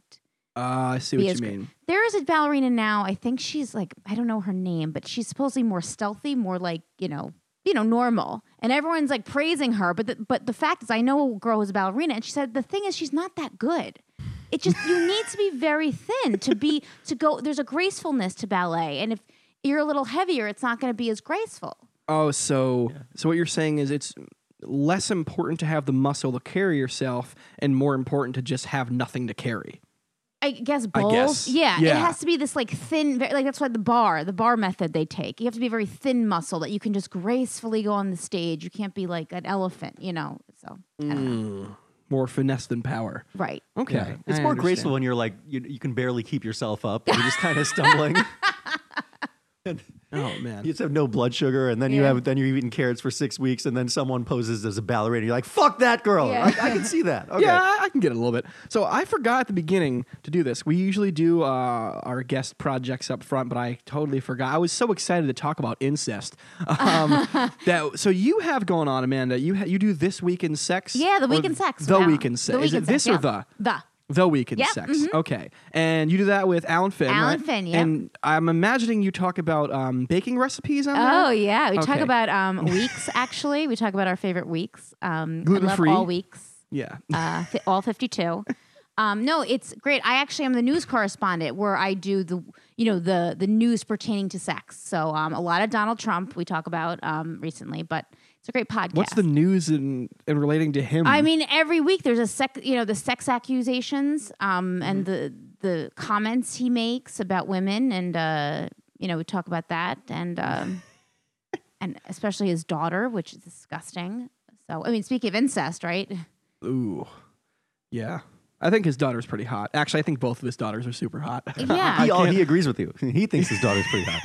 Speaker 2: Ah, I see
Speaker 3: Be
Speaker 2: what you
Speaker 3: as gr-
Speaker 2: mean.
Speaker 3: There is a ballerina now. I think she's like I don't know her name, but she's supposedly more stealthy, more like you know you know normal, and everyone's like praising her. But the, but the fact is, I know a girl who's a ballerina, and she said the thing is she's not that good. It just you need to be very thin to be to go. There's a gracefulness to ballet, and if you're a little heavier, it's not going to be as graceful.
Speaker 2: Oh, so so what you're saying is it's less important to have the muscle to carry yourself and more important to just have nothing to carry.
Speaker 3: I guess both.
Speaker 2: guess.
Speaker 3: Yeah,
Speaker 2: Yeah.
Speaker 3: it has to be this like thin, ve- like that's why the bar, the bar method they take. You have to be very thin muscle that you can just gracefully go on the stage. You can't be like an elephant, you know. So I don't
Speaker 2: Mm.
Speaker 3: know.
Speaker 2: More finesse than power.
Speaker 3: right,
Speaker 2: Okay.
Speaker 1: Yeah. It's
Speaker 2: I
Speaker 1: more
Speaker 2: understand.
Speaker 1: graceful when you're like you, you can barely keep yourself up. You're just kind of stumbling.
Speaker 2: Oh man.
Speaker 1: You just have no blood sugar, and then you
Speaker 3: Yeah.
Speaker 1: have then you're eating carrots for six weeks, and then someone poses as a ballerina. You're like, "Fuck that girl!"
Speaker 3: Yeah.
Speaker 1: Like, I can see that. Okay.
Speaker 2: Yeah, I- I can get it a little bit. So I forgot at the beginning to do this. We usually do uh, our guest projects up front, but I totally forgot. I was so excited to talk about incest. Um, that so you have going on, Amanda. You ha- you do this week in sex.
Speaker 3: yeah, the
Speaker 2: or
Speaker 3: weekend sex,
Speaker 2: The
Speaker 3: wow.
Speaker 2: weekend sex.
Speaker 3: The
Speaker 2: Is it
Speaker 3: Weeknd
Speaker 2: this
Speaker 3: sex,
Speaker 2: or
Speaker 3: yeah.
Speaker 2: the?
Speaker 3: the
Speaker 2: The Week in
Speaker 3: Yep, mm-hmm.
Speaker 2: Sex. Okay. And you do that with Alan Finn.
Speaker 3: Alan
Speaker 2: right?
Speaker 3: Finn, yep.
Speaker 2: And I'm imagining you talk about um, baking recipes on
Speaker 3: Oh
Speaker 2: there.
Speaker 3: yeah, we talk
Speaker 2: Okay.
Speaker 3: about um, weeks. Actually, we talk about our favorite weeks. Um, I love
Speaker 2: Gluten-free.
Speaker 3: all weeks.
Speaker 2: Yeah.
Speaker 3: uh, fi- all 52. Um, no, it's great. I actually am the news correspondent where I do the you know the the news pertaining to sex. So um, a lot of Donald Trump we talk about um, recently, but it's a great podcast.
Speaker 2: What's the news in, in relating to him?
Speaker 3: I mean, every week there's a sex, you know, the sex accusations um, and
Speaker 2: Mm-hmm.
Speaker 3: the the comments he makes about women, and uh, you know, we talk about that, and um, and especially his daughter, which is disgusting. So, I mean, speaking of incest, right?
Speaker 2: Ooh. Yeah. I think his daughter's pretty hot. Actually, I think both of his daughters are super hot.
Speaker 3: Yeah,
Speaker 1: He, oh, he agrees with you. He thinks his daughter's pretty hot.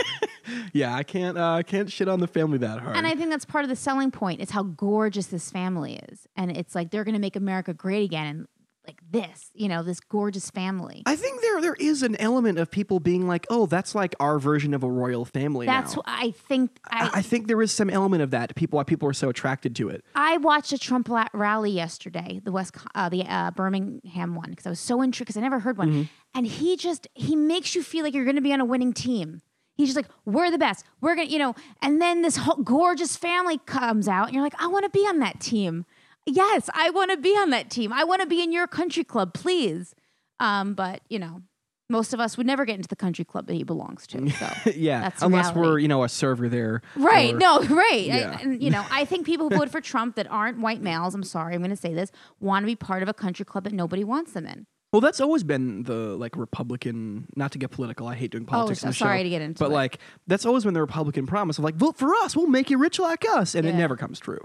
Speaker 2: yeah, I can't uh, I can't shit on the family that hard.
Speaker 3: And I think that's part of the selling point is how gorgeous this family is. And it's like they're going to make America great again and like this, you know, this gorgeous family.
Speaker 2: I think there there is an element of people being like, "Oh, that's like our version of a royal family."
Speaker 3: That's
Speaker 2: now.
Speaker 3: what I think
Speaker 2: I, I
Speaker 3: I
Speaker 2: think there is some element of that. People why people are so attracted to it.
Speaker 3: I watched a Trump la- rally yesterday, the West Co- uh, the uh, Birmingham one because I was so intrigued because I never heard one. And he just he makes you feel like you're going to be on a winning team. He's just like, we're the best. We're going to, you know, and then this whole gorgeous family comes out and you're like, I want to be on that team. Yes, I want to be on that team. I want to be in your country club, please. Um, but, you know, most of us would never get into the country club that he belongs to. So.
Speaker 2: yeah,
Speaker 3: That's
Speaker 2: unless
Speaker 3: reality.
Speaker 2: we're you know a server there,
Speaker 3: Right.
Speaker 2: or-
Speaker 3: no, right. I-
Speaker 2: Yeah.
Speaker 3: and, you know, I think people who vote for Trump that aren't white males, I'm sorry, I'm going to say this, want to be part of a country club that nobody wants them in.
Speaker 2: Well, that's always been the like Republican. Not to get political, I hate doing politics.
Speaker 3: so
Speaker 2: on the
Speaker 3: Oh, sorry
Speaker 2: show,
Speaker 3: to get into
Speaker 2: But
Speaker 3: it.
Speaker 2: like, that's always been the Republican promise of like, vote for us, we'll make you rich like us, and it
Speaker 3: Yeah.
Speaker 2: never comes true.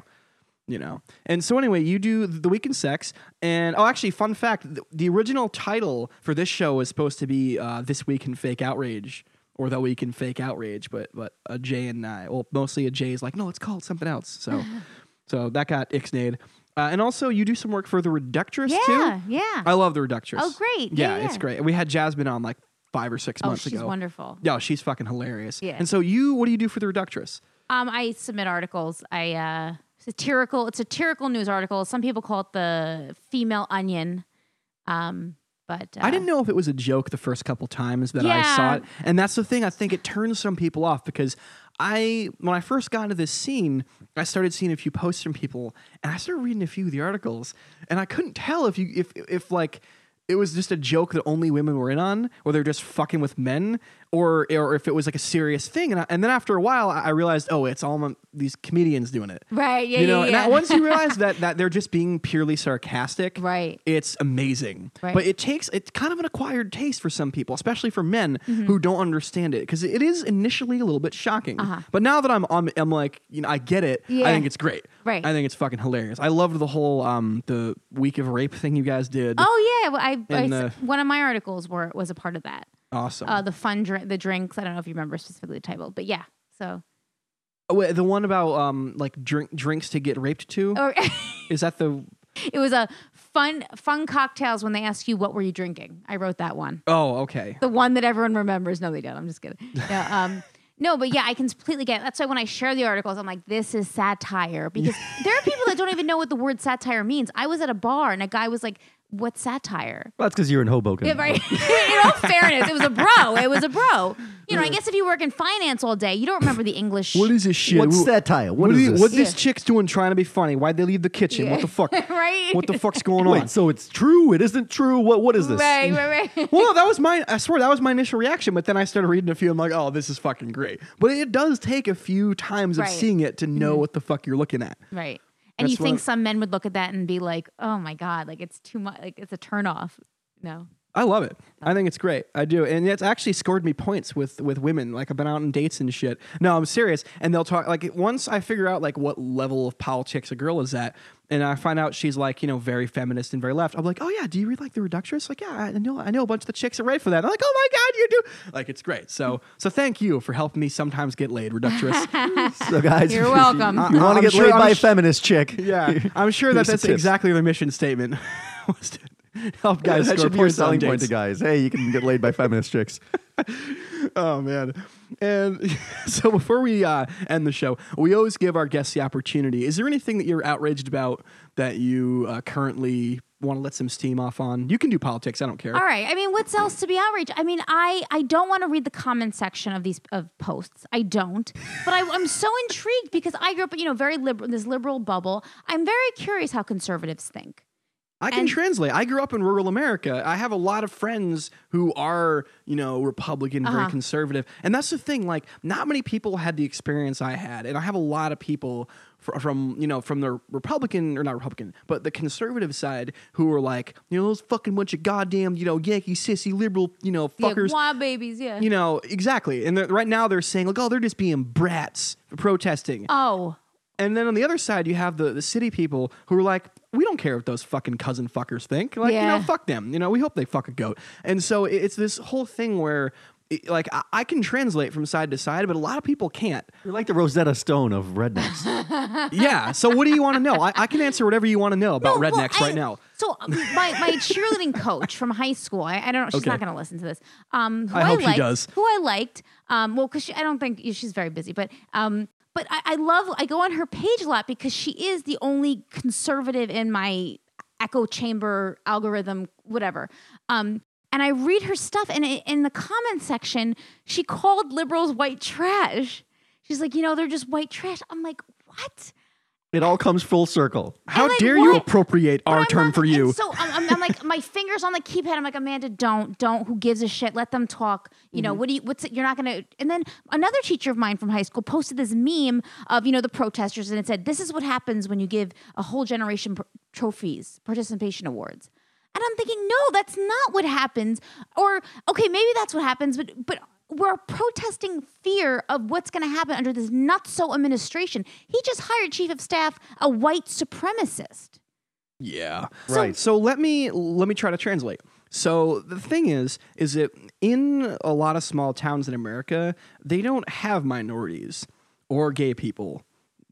Speaker 2: You know. And so anyway, you do the week in sex, and oh, actually, fun fact: the, the original title for this show was supposed to be uh, "This Week in Fake Outrage." Or that week in fake outrage, but but a Jay and I, well, mostly a Jay is like, no, it's called something else. So, so that got ixnayed. Uh, and also, you do some work for the Reductress too.
Speaker 3: Yeah. Yeah.
Speaker 2: I love the Reductress.
Speaker 3: Oh, great.
Speaker 2: Yeah,
Speaker 3: Yeah, yeah.
Speaker 2: it's great. We had Jasmine on like five or six
Speaker 3: oh,
Speaker 2: months
Speaker 3: she's
Speaker 2: ago.
Speaker 3: wonderful.
Speaker 2: Yeah, she's fucking hilarious.
Speaker 3: Yeah.
Speaker 2: And so you, what do you do for the Reductress?
Speaker 3: Um, I submit articles. I uh, satirical. It's satirical news articles. Some people call it the female onion. Um, but uh,
Speaker 2: I didn't know if it was a joke the first couple times that I
Speaker 3: Yeah.
Speaker 2: saw it, and that's the thing. I think it turns some people off because I, when I first got into this scene, I started seeing a few posts from people, and I started reading a few of the articles, and I couldn't tell if you, if, if like. It was just a joke that only women were in on, or they're just fucking with men, or or if it was like a serious thing. And, I, and then after a while, I I realized, oh, it's all m- these comedians doing it.
Speaker 3: Right. Yeah.
Speaker 2: you know,
Speaker 3: yeah,
Speaker 2: and
Speaker 3: yeah.
Speaker 2: that, once you realize that that they're just being purely sarcastic,
Speaker 3: Right.
Speaker 2: It's amazing,
Speaker 3: Right.
Speaker 2: but it takes it's kind of an acquired taste for some people, especially for men
Speaker 3: Mm-hmm.
Speaker 2: who don't understand it, because it is initially a little bit shocking. But now that I'm, I'm I'm like you know I get it. I
Speaker 3: Uh-huh. Yeah.
Speaker 2: think it's great.
Speaker 3: Right.
Speaker 2: I think it's fucking hilarious. I loved the whole um the week of rape thing you guys did.
Speaker 3: Oh yeah. Well, I, I
Speaker 2: And,
Speaker 3: s-
Speaker 2: uh,
Speaker 3: one of my articles were was a part of that.
Speaker 2: Awesome.
Speaker 3: Uh, the fun drink, the drinks. I don't know if you remember specifically the title, but yeah. So
Speaker 2: Oh, wait, the one about um like drink drinks to get raped to
Speaker 3: or
Speaker 2: is that the
Speaker 3: it was a fun fun cocktails when they ask you what were you drinking. I wrote that one.
Speaker 2: oh okay
Speaker 3: the one that everyone remembers. No, they don't. I'm just kidding. No, um, no, but yeah, I can completely get. It. That's why when I share the articles, I'm like, this is satire because there are people that don't even know what the word satire means. I was at a bar and a guy was like, "What's satire?"
Speaker 1: Well, that's because you're in Hoboken.
Speaker 3: Yeah, right. in all fairness, it was a bro. It was a bro. You know, I guess if you work in finance all day, you don't remember the English.
Speaker 2: what is this shit
Speaker 1: What's
Speaker 2: Wh-
Speaker 1: that tile? what
Speaker 2: What,
Speaker 1: is
Speaker 2: do you-
Speaker 1: this?
Speaker 2: what this
Speaker 3: Yeah.
Speaker 2: chick's doing trying to be funny? Why'd they leave the kitchen? What the fuck?
Speaker 3: right?
Speaker 2: What the fuck's going on?
Speaker 1: Wait, so it's true? It isn't true? What? What is this?
Speaker 3: Right, right, right.
Speaker 2: well, no, that was my, I swear that was my initial reaction, but then I started reading a few. I'm like, oh, this is fucking great. But it does take a few times
Speaker 3: Right. Mm-hmm.
Speaker 2: of seeing it to know what the fuck you're looking at.
Speaker 3: Right. And
Speaker 2: That's
Speaker 3: you think
Speaker 2: what-
Speaker 3: some men would look at that and be like, "Oh my god, like it's too much, like it's a turnoff." No.
Speaker 2: I love it. I think it's great. I do, and it's actually scored me points with with women. Like I've been out on dates and shit. No, I'm serious. And they'll talk like once I figure out like what level of politics a girl is at, and I find out she's like you know very feminist and very left. I'm like, oh yeah, do you read like the Reductress? Like yeah, I know I know a bunch of the chicks that write for that. And I'm like, oh my god, you do. Like it's great. So so thank you for helping me sometimes get laid, Reductress.
Speaker 1: So guys,
Speaker 3: You're welcome.
Speaker 1: If you
Speaker 2: I-
Speaker 1: want
Speaker 2: I'm
Speaker 1: to get
Speaker 2: sure-
Speaker 1: laid
Speaker 2: I'm
Speaker 1: by a
Speaker 2: sh-
Speaker 1: feminist chick?
Speaker 2: yeah, I'm sure
Speaker 1: Here's
Speaker 2: that
Speaker 1: some
Speaker 2: that's
Speaker 1: tips.
Speaker 2: exactly the mission statement. was to help guys
Speaker 1: that
Speaker 2: score
Speaker 1: should be your
Speaker 2: points on
Speaker 1: selling point
Speaker 2: dates.
Speaker 1: to guys. Hey, you can get laid by feminist chicks.
Speaker 2: Oh man! And so before we uh, end the show, we always give our guests the opportunity. Is there anything that you're outraged about that you uh, currently want to let some steam off on? You can do politics. I don't care.
Speaker 3: All right. I mean, what's else to be outraged? I mean, I I don't want to read the comment section of these of posts. I don't. But I, I'm so intrigued because I grew up, you know, very liberal, this liberal bubble. I'm very curious how conservatives think.
Speaker 2: I can
Speaker 3: and-
Speaker 2: translate. I grew up in rural America. I have a lot of friends who are, you know, Republican,
Speaker 3: Uh-huh.
Speaker 2: very conservative, and that's the thing. Like, not many people had the experience I had, and I have a lot of people fr- from, you know, from the Republican or not Republican, but the conservative side who are like, you know, those fucking bunch of goddamn, you know, Yankee sissy liberal, you know, fuckers.
Speaker 3: Yeah, wah babies. Yeah.
Speaker 2: you know, exactly. And they're- right now they're saying, like, oh, they're just being brats protesting.
Speaker 3: oh.
Speaker 2: And then on the other side, you have the, the city people who are like, we don't care what those fucking cousin fuckers think. Like, you
Speaker 3: Yeah.
Speaker 2: know, fuck them. You know, we hope they fuck a goat. And so it- it's this whole thing where, it- like, I, I can translate from side to side, but a lot of people can't.
Speaker 1: You're like the Rosetta Stone of rednecks.
Speaker 2: yeah. So what do you want to know? I, I can answer whatever you want to know about
Speaker 3: No, well,
Speaker 2: rednecks
Speaker 3: I-
Speaker 2: right now.
Speaker 3: So um, my, my cheerleading coach from high school, I, I don't know, she's
Speaker 2: Okay.
Speaker 3: not going to listen to this. Um, who
Speaker 2: I hope she
Speaker 3: liked-
Speaker 2: does.
Speaker 3: Who I liked, um, well, because I don't think she's very busy, but um, but I, I love I go on her page a lot because she is the only conservative in my echo chamber algorithm, whatever. Um, and I read her stuff, and i- in the comment section, she called liberals white trash. She's like, you know, they're just white trash. I'm like, what?
Speaker 1: It all comes full circle.
Speaker 2: How
Speaker 3: like,
Speaker 2: dare you
Speaker 3: what?
Speaker 2: appropriate our
Speaker 3: I'm
Speaker 2: term
Speaker 3: not-
Speaker 2: for
Speaker 3: and
Speaker 2: you?
Speaker 3: So I'm, I'm, I'm like, my fingers on the keypad. I'm like, Amanda, don't, don't. Who gives a shit? Let them talk. You
Speaker 2: Mm-hmm.
Speaker 3: know, what do you? What's it? You're not gonna. And then another teacher of mine from high school posted this meme of you know the protesters, and it said, "This is what happens when you give a whole generation pr- trophies, participation awards." And I'm thinking, no, that's not what happens. Or okay, maybe that's what happens, but but. We're protesting fear of what's going to happen under this not so administration. He just hired chief of staff a white supremacist.
Speaker 2: Yeah.
Speaker 1: Right.
Speaker 2: So let me let me try to translate. So the thing is, is that in a lot of small towns in America, they don't have minorities or gay people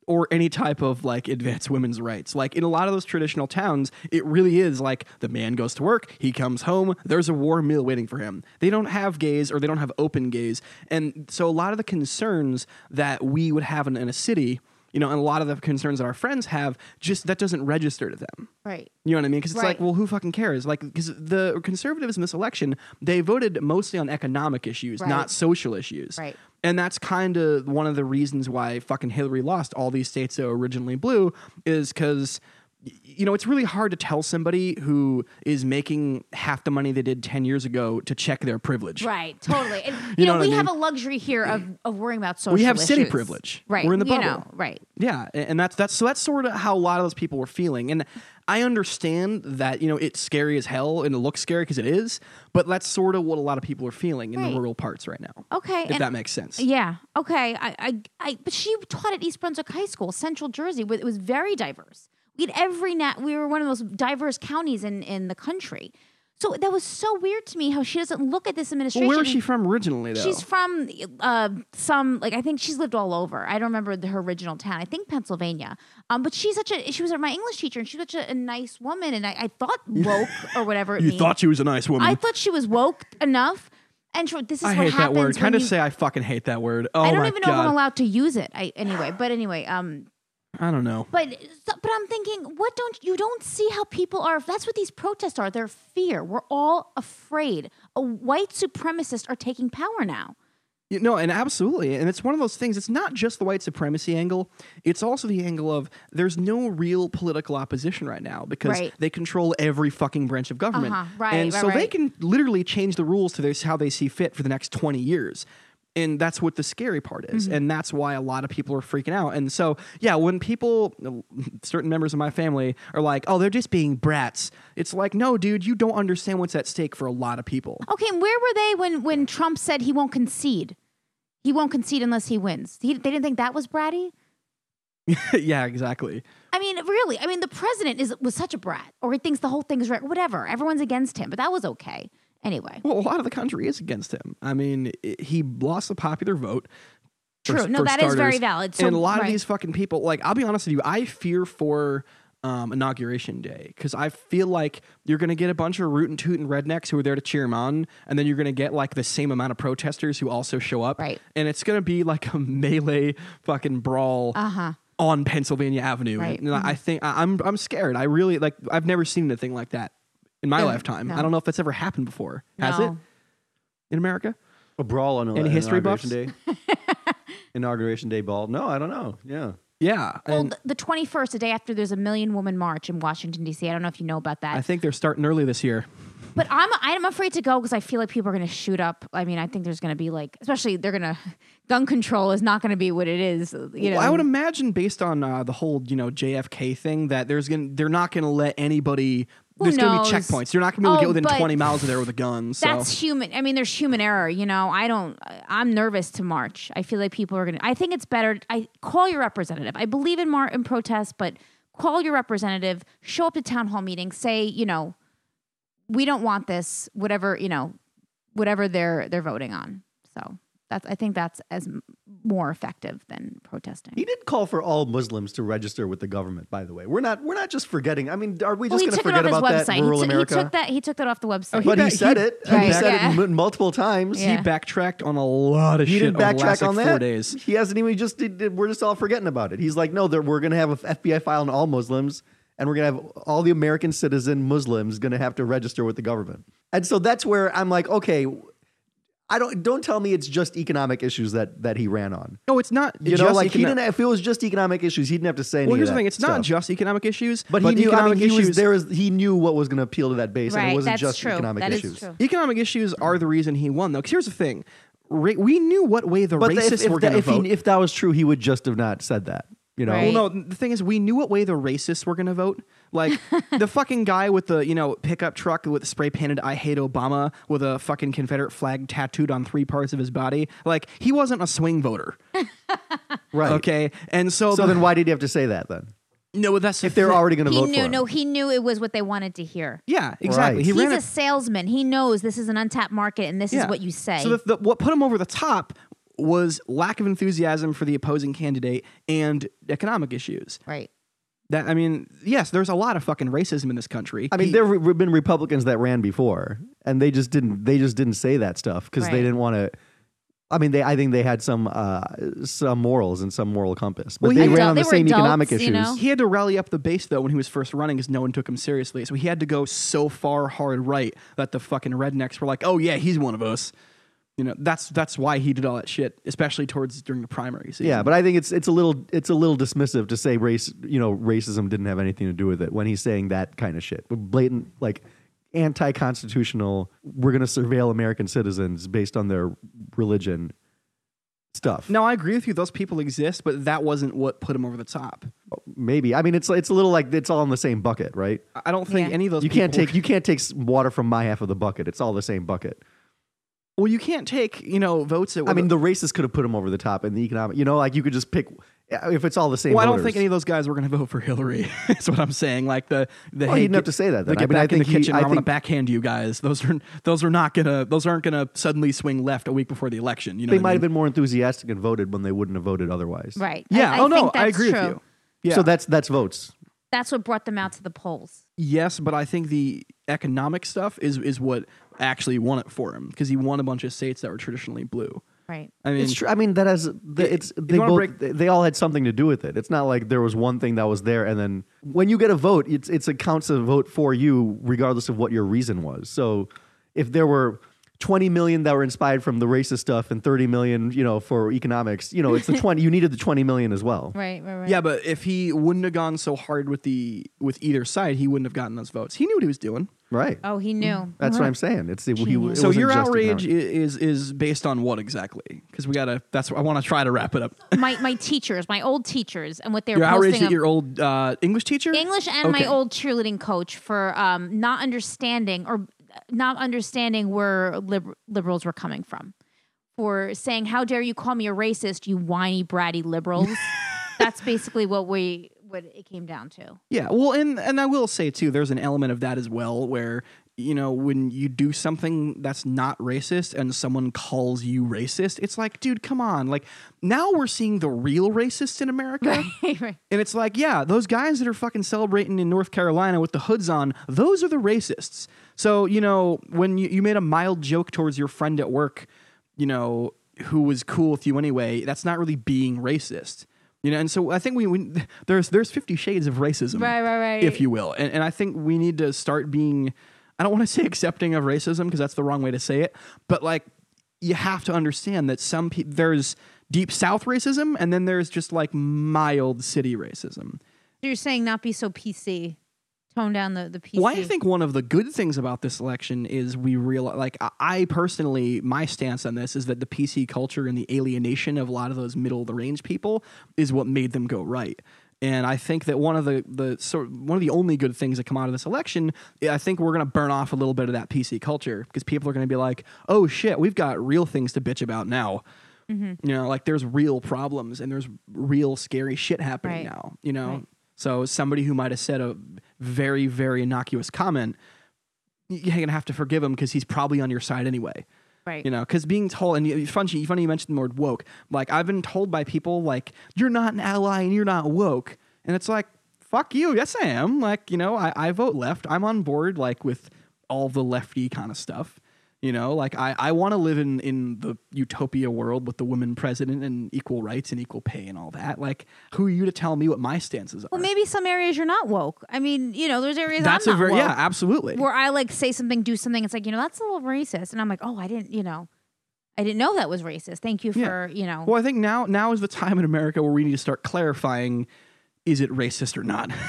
Speaker 2: or any type of like advanced women's rights. Like in a lot of those traditional towns, it really is like the man goes to work, he comes home, there's a warm meal waiting for him. They don't have gays or they don't have open gays. And so a lot of the concerns that we would have in, in a city, you know, and a lot of the concerns that our friends have, just that doesn't register to them.
Speaker 3: Right.
Speaker 2: You know what I mean? Because it's like,
Speaker 3: Right.
Speaker 2: well, who fucking cares? Like, because the conservatives in this election, they voted mostly on economic issues,
Speaker 3: Right.
Speaker 2: not social issues.
Speaker 3: Right.
Speaker 2: And that's kind of one of the reasons why fucking Hillary lost all these states that were originally blue, is because, you know, it's really hard to tell somebody who is making half the money they did 10 years ago to check their privilege.
Speaker 3: Right, totally. And, you,
Speaker 2: You
Speaker 3: know,
Speaker 2: know what
Speaker 3: we
Speaker 2: I
Speaker 3: have a luxury here of, of worrying about social.
Speaker 2: We have city
Speaker 3: issues.
Speaker 2: privilege.
Speaker 3: Right.
Speaker 2: We're in the
Speaker 3: you
Speaker 2: bubble.
Speaker 3: know, right.
Speaker 2: Yeah, a- and that's that's so that's sort of how a lot of those people were feeling, and I understand that you know it's scary as hell and it looks scary because it is, but that's sort of what a lot of people are feeling in
Speaker 3: Right.
Speaker 2: the rural parts right now.
Speaker 3: Okay.
Speaker 2: If that makes sense.
Speaker 3: yeah. Okay. I, I, I. But she taught at East Brunswick High School, Central Jersey. where It was very diverse. We had every nat. We were one of the most diverse counties in in the country. So that was so weird to me how she doesn't look at this
Speaker 2: Well,
Speaker 3: administration.
Speaker 2: where is she from originally, though?
Speaker 3: She's from uh, some like I think she's lived all over. I don't remember the, her original town. I think Pennsylvania. Um, but she's such a she was my English teacher, and she's such a, a nice woman. And I, I thought woke or whatever. It
Speaker 2: you
Speaker 3: means.
Speaker 2: thought she was a nice woman.
Speaker 3: I thought she was woke enough. And she, this is
Speaker 2: I
Speaker 3: what
Speaker 2: hate that
Speaker 3: happens.
Speaker 2: word.
Speaker 3: when
Speaker 2: Kind of
Speaker 3: you-
Speaker 2: say I fucking hate that word. Oh
Speaker 3: I don't
Speaker 2: my
Speaker 3: even know if I'm
Speaker 2: god.
Speaker 3: allowed to use it. I anyway, but anyway, um,
Speaker 2: I don't know.
Speaker 3: but so- but I'm thinking, what don't you don't see how people are? That's what these protests are. They're fear. We're all afraid. A white supremacist are taking power now.
Speaker 2: You know, and absolutely. And it's one of those things, it's not just the white supremacy angle, it's also the angle of there's no real political opposition right now because
Speaker 3: Right.
Speaker 2: they control every fucking branch of government.
Speaker 3: Uh-huh. Right,
Speaker 2: and
Speaker 3: right,
Speaker 2: so they
Speaker 3: right.
Speaker 2: can literally change the rules to this, how they see fit for the next 20 years. And that's what the scary part is.
Speaker 3: Mm-hmm.
Speaker 2: And that's why a lot of people are freaking out. And so, yeah, when people, certain members of my family, are like, oh, they're just being brats, it's like, no, dude, you don't understand what's at stake for a lot of people.
Speaker 3: Okay, and where were they when when Trump said he won't concede? He won't concede unless he wins. He, they didn't think that was bratty.
Speaker 2: yeah, exactly.
Speaker 3: I mean, really. I mean, the president is was such a brat, or he thinks the whole thing is right. Whatever. Everyone's against him, but that was okay anyway.
Speaker 2: Well, a lot of the country is against him. I mean, i he lost the popular vote. for-
Speaker 3: True. No,
Speaker 2: for
Speaker 3: that is very
Speaker 2: starters.
Speaker 3: valid. So-
Speaker 2: and a lot
Speaker 3: right.
Speaker 2: of these fucking people, like, I'll be honest with you, I fear for um, inauguration day because I feel like you're going to get a bunch of root and toot and rednecks who are there to cheer him on, and then you're going to get like the same amount of protesters who also show up.
Speaker 3: Right.
Speaker 2: And it's going to be like a melee fucking brawl.
Speaker 3: Uh huh.
Speaker 2: On Pennsylvania Avenue,
Speaker 3: Right. Mm-hmm.
Speaker 2: and I think I, I'm I'm scared. I really like. I've never seen anything like that in my
Speaker 3: No,
Speaker 2: lifetime.
Speaker 3: no.
Speaker 2: I don't know if that's ever happened before. Has it? in America?
Speaker 1: A brawl on
Speaker 2: Any history buffs?
Speaker 1: inauguration day. inauguration day brawl. No, I don't know. Yeah.
Speaker 2: Yeah.
Speaker 3: Well,
Speaker 2: and
Speaker 3: th- the twenty first, the day after, there's a million woman march in Washington D.C. I don't know if you know about that,
Speaker 2: I think they're starting early this year.
Speaker 3: but I'm I'm afraid to go because I feel like people are going to shoot up. I mean, I think there's going to be like, especially they're going to gun control is not going to be what it is. You know,
Speaker 2: Well, I would imagine based on uh, the whole, you know, JFK thing that there's going to they're not going to let anybody
Speaker 3: Who
Speaker 2: there's going
Speaker 3: knows?
Speaker 2: to be checkpoints. You're not going to be able to
Speaker 3: Oh,
Speaker 2: get within
Speaker 3: but
Speaker 2: 20 miles of there with a gun. So
Speaker 3: That's human. I mean, there's human error. You know, I don't. I- I'm nervous to march. I feel like people are gonna. I think it's better. I call your representative. I believe in mar in protest, but call your representative. Show up to town hall meeting. Say, you know, we don't want this. Whatever you know, whatever they're they're voting on. So that's. I think that's as m- more effective than protesting.
Speaker 1: He did call for all Muslims to register with the government. By the way, we're not we're not just forgetting. I mean, are we
Speaker 3: well,
Speaker 1: just going
Speaker 3: he
Speaker 1: to
Speaker 3: took it
Speaker 1: forget
Speaker 3: off his
Speaker 1: about that
Speaker 3: website.
Speaker 1: rural
Speaker 3: he, took- he
Speaker 1: America?
Speaker 3: took that. He took that off the website.
Speaker 2: Oh, he
Speaker 1: but he
Speaker 2: back-
Speaker 1: said
Speaker 2: he-
Speaker 1: it. and
Speaker 3: Right,
Speaker 1: he said
Speaker 3: yeah.
Speaker 1: it mu- multiple times.
Speaker 3: Yeah.
Speaker 2: he backtracked on a lot of
Speaker 1: He
Speaker 2: shit
Speaker 1: didn't
Speaker 2: over the last,
Speaker 1: backtrack
Speaker 2: like,
Speaker 1: on
Speaker 2: four
Speaker 1: that.
Speaker 2: days.
Speaker 1: He hasn't even he just. Did, did- we're just all forgetting about it. He's like, no, that we're going to have a FBI file on all Muslims, and we're going to have all the American citizen Muslims going to have to register with the government. And so that's where I'm like, okay, I don't don't tell me it's just economic issues that that he ran on.
Speaker 2: No, it's not.
Speaker 1: You know,
Speaker 2: just
Speaker 1: like he
Speaker 2: econo-
Speaker 1: didn't. If it was just economic issues, he didn't have to say. Any
Speaker 2: Well,
Speaker 1: of
Speaker 2: here's
Speaker 1: that
Speaker 2: the thing: it's
Speaker 1: stuff.
Speaker 2: not just economic issues,
Speaker 1: But, he knew. I
Speaker 2: economic
Speaker 1: mean, he was
Speaker 2: issues.
Speaker 1: there. As, he knew what was going to appeal to that base, and
Speaker 3: Right,
Speaker 1: it wasn't
Speaker 3: that's
Speaker 1: just
Speaker 3: true.
Speaker 1: economic
Speaker 3: That is
Speaker 1: issues.
Speaker 3: true.
Speaker 2: Economic issues are the reason he won, though. 'Cause here's the thing: Ra- we knew what way the
Speaker 1: But
Speaker 2: racists
Speaker 1: if, if,
Speaker 2: were
Speaker 1: that,
Speaker 2: going to
Speaker 1: if,
Speaker 2: vote.
Speaker 1: he, if that was true, he would just have not said that. You know,
Speaker 3: Right.
Speaker 2: Well, no, the thing is, we knew what way the racists were going to vote. Like the fucking guy with the you know pickup truck with spray painted "I hate Obama" with a fucking Confederate flag tattooed on three parts of his body. Like he wasn't a swing voter,
Speaker 1: right?
Speaker 2: okay? And so,
Speaker 1: So then, why did he have to say that then?
Speaker 2: no, but that's
Speaker 1: If they're already going to
Speaker 3: He
Speaker 1: vote for
Speaker 3: knew.
Speaker 1: him.
Speaker 3: No, he knew it was what they wanted to hear.
Speaker 2: yeah, exactly.
Speaker 1: Right.
Speaker 2: He
Speaker 3: He's
Speaker 2: ran
Speaker 3: a
Speaker 2: a-
Speaker 3: salesman. He knows this is an untapped market, and this
Speaker 2: Yeah.
Speaker 3: is what you say.
Speaker 2: So the, the, what put him over the top was lack of enthusiasm for the opposing candidate and economic issues.
Speaker 3: right.
Speaker 2: That I mean, yes, there's a lot of fucking racism in this country.
Speaker 1: I mean,
Speaker 2: He-
Speaker 1: there have been Republicans that ran before, and they just didn't. They just didn't say that stuff because
Speaker 3: Right.
Speaker 1: they didn't want to. I mean, they. I think they had some uh, some morals and some moral compass, but
Speaker 2: Well,
Speaker 1: they
Speaker 2: he-
Speaker 1: ran
Speaker 3: Adult-
Speaker 1: on the
Speaker 3: they were
Speaker 1: same economic
Speaker 3: adults,
Speaker 1: issues.
Speaker 3: you know?
Speaker 2: he had to rally up the base though when he was first running because no one took him seriously. So he had to go so far hard right that the fucking rednecks were like, "Oh yeah, he's one of us." You know, that's that's why he did all that shit, especially towards during the primary season.
Speaker 1: Yeah, but I think it's it's a little it's a little dismissive to say race. You know, racism didn't have anything to do with it when he's saying that kind of shit, blatant like anti-constitutional. We're going to surveil American citizens based on their religion stuff.
Speaker 2: no, I agree with you. Those people exist, but that wasn't what put him over the top.
Speaker 1: maybe. I mean, it's it's a little like it's all in the same bucket, right?
Speaker 2: I- I don't think
Speaker 3: Yeah.
Speaker 2: any of those
Speaker 1: you can't
Speaker 2: people-
Speaker 1: take you can't take s- water from my half of the bucket. It's all the same bucket.
Speaker 2: Well, you can't take you know votes. At,
Speaker 1: I mean, the racists could have put him over the top, and the economic. You know, like you could just pick if it's all the same.
Speaker 2: Well, I don't
Speaker 1: voters.
Speaker 2: think any of those guys were going to vote for Hillary. That's what I'm saying. Like the the
Speaker 1: Well, he didn't
Speaker 2: get-
Speaker 1: have to say that
Speaker 2: the
Speaker 1: then. I
Speaker 2: get
Speaker 1: mean, I
Speaker 2: back in the
Speaker 1: think he-
Speaker 2: kitchen.
Speaker 1: I
Speaker 2: I, want to
Speaker 1: think-
Speaker 2: backhand you guys. Those are those are not gonna those aren't gonna suddenly swing left a week before the election. You know,
Speaker 1: they
Speaker 2: what I
Speaker 1: might have
Speaker 2: mean?
Speaker 1: been more enthusiastic and voted when they wouldn't have voted otherwise.
Speaker 3: Right.
Speaker 2: Yeah.
Speaker 3: I, I
Speaker 2: oh no,
Speaker 3: think that's
Speaker 2: I agree
Speaker 3: true.
Speaker 2: with you. Yeah.
Speaker 1: So that's that's votes.
Speaker 3: That's what brought them out to the polls.
Speaker 2: yes, but I think the economic stuff is is what actually won it for him because he won a bunch of states that were traditionally blue.
Speaker 3: Right.
Speaker 2: I mean,
Speaker 1: It's true. I mean, that has the, it's
Speaker 2: if
Speaker 1: they
Speaker 2: you wanna
Speaker 1: both
Speaker 2: break-
Speaker 1: they- they all had something to do with it. It's not like there was one thing that was there, and then when you get a vote, it's it's a counts a vote for you regardless of what your reason was. So if there were. 20 million that were inspired from the racist stuff and 30 million, you know, for economics. You know, it's the 20 you needed the 20 million as well.
Speaker 3: Right. Right. Right.
Speaker 2: Yeah, but if he wouldn't have gone so hard with the with either side, he wouldn't have gotten those votes. He knew what he was doing.
Speaker 1: Right.
Speaker 3: Oh, he
Speaker 2: Mm,
Speaker 3: knew.
Speaker 1: That's what I'm saying. It's it, he, it
Speaker 2: so
Speaker 1: wasn't
Speaker 2: your
Speaker 1: just
Speaker 2: outrage i-
Speaker 1: economic.
Speaker 2: is is based on what exactly? Because we gotta. That's what I want to try to wrap it up.
Speaker 3: my my teachers, my old teachers, and what they were
Speaker 2: Your outrage
Speaker 3: posting
Speaker 2: at
Speaker 3: on
Speaker 2: your old uh, English teacher.
Speaker 3: English and
Speaker 2: Okay.
Speaker 3: my old cheerleading coach for um, not understanding or uh, not understanding where lib- liberals were coming from. For saying, "How dare you call me a racist, you whiny bratty liberals." That's basically what we what it came down to.
Speaker 2: Yeah. Well, and and I will say too, there's an element of that as well where. You know, when you do something that's not racist and someone calls you racist, it's like, dude, come on. Like, now we're seeing the real racists in America.
Speaker 3: Right.
Speaker 2: And it's like, yeah, those guys that are fucking celebrating in North Carolina with the hoods on, those are the racists. So, you know, when you, you made a mild joke towards your friend at work, you know, who was cool with you anyway, that's not really being racist. You know, and so I think we, we there's there's 50 shades of racism,
Speaker 3: Right, right, right.
Speaker 2: if you will, and, and I think we need to start being, I don't want to say accepting of racism because that's the wrong way to say it, but like you have to understand that some people there's deep south racism and then there's just like mild city racism.
Speaker 3: You're saying not be so PC, tone down the the PC.
Speaker 2: Well, I think one of the good things about this election is we realize, like, I- I personally, my stance on this is that the PC culture and the alienation of a lot of those middle of the range people is what made them go right. And I think that one of the the sort one of the only good things that come out of this election, I think we're going to burn off a little bit of that PC culture because people are going to be like, "Oh shit, we've got real things to bitch about now." You know, like there's real problems and there's real scary shit happening
Speaker 3: Right.
Speaker 2: now. You know,
Speaker 3: Right.
Speaker 2: so somebody who might have said a very very innocuous comment, you're gonna have to forgive him because he's probably on your side anyway.
Speaker 3: right.
Speaker 2: You know, because being told and you- funny, funny you mentioned the word woke. Like I've been told by people like you're not an ally and you're not woke, and it's like fuck you. Yes, I am. Like you know, I, I vote left. I'm on board like with all the lefty kind of stuff. You know, like I, I want to live in in the utopia world with the women president and equal rights and equal pay and all that. Like, who are you to tell me what my stances are?
Speaker 3: Well, maybe some areas you're not woke. I mean, you know, there's areas
Speaker 2: That's
Speaker 3: I'm
Speaker 2: a
Speaker 3: not
Speaker 2: very
Speaker 3: woke.
Speaker 2: yeah, absolutely.
Speaker 3: where I like say something, do something. It's like you know that's a little racist, and I'm like, oh, I didn't, you know, I didn't know that was racist. Thank you
Speaker 2: Yeah.
Speaker 3: for, you know.
Speaker 2: Well, I think now now is the time in America where we need to start clarifying: is it racist or not?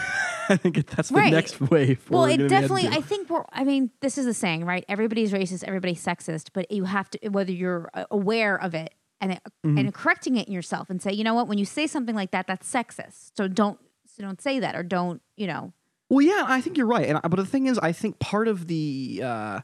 Speaker 2: I think it- that's the
Speaker 3: Right.
Speaker 2: next wave.
Speaker 3: Well,
Speaker 2: we're
Speaker 3: it
Speaker 2: gonna be
Speaker 3: definitely.
Speaker 2: had to
Speaker 3: I
Speaker 2: do.
Speaker 3: think we're. I mean, this is the saying, right? Everybody's racist. Everybody's sexist. But you have to, whether you're uh, aware of it and it,
Speaker 2: Mm-hmm.
Speaker 3: and correcting it in yourself, and say, you know what, when you say something like that, that's sexist. So don't so don't say that, or don't you know?
Speaker 2: Well, yeah, I think you're right. And I- but the thing is, I think part of the uh,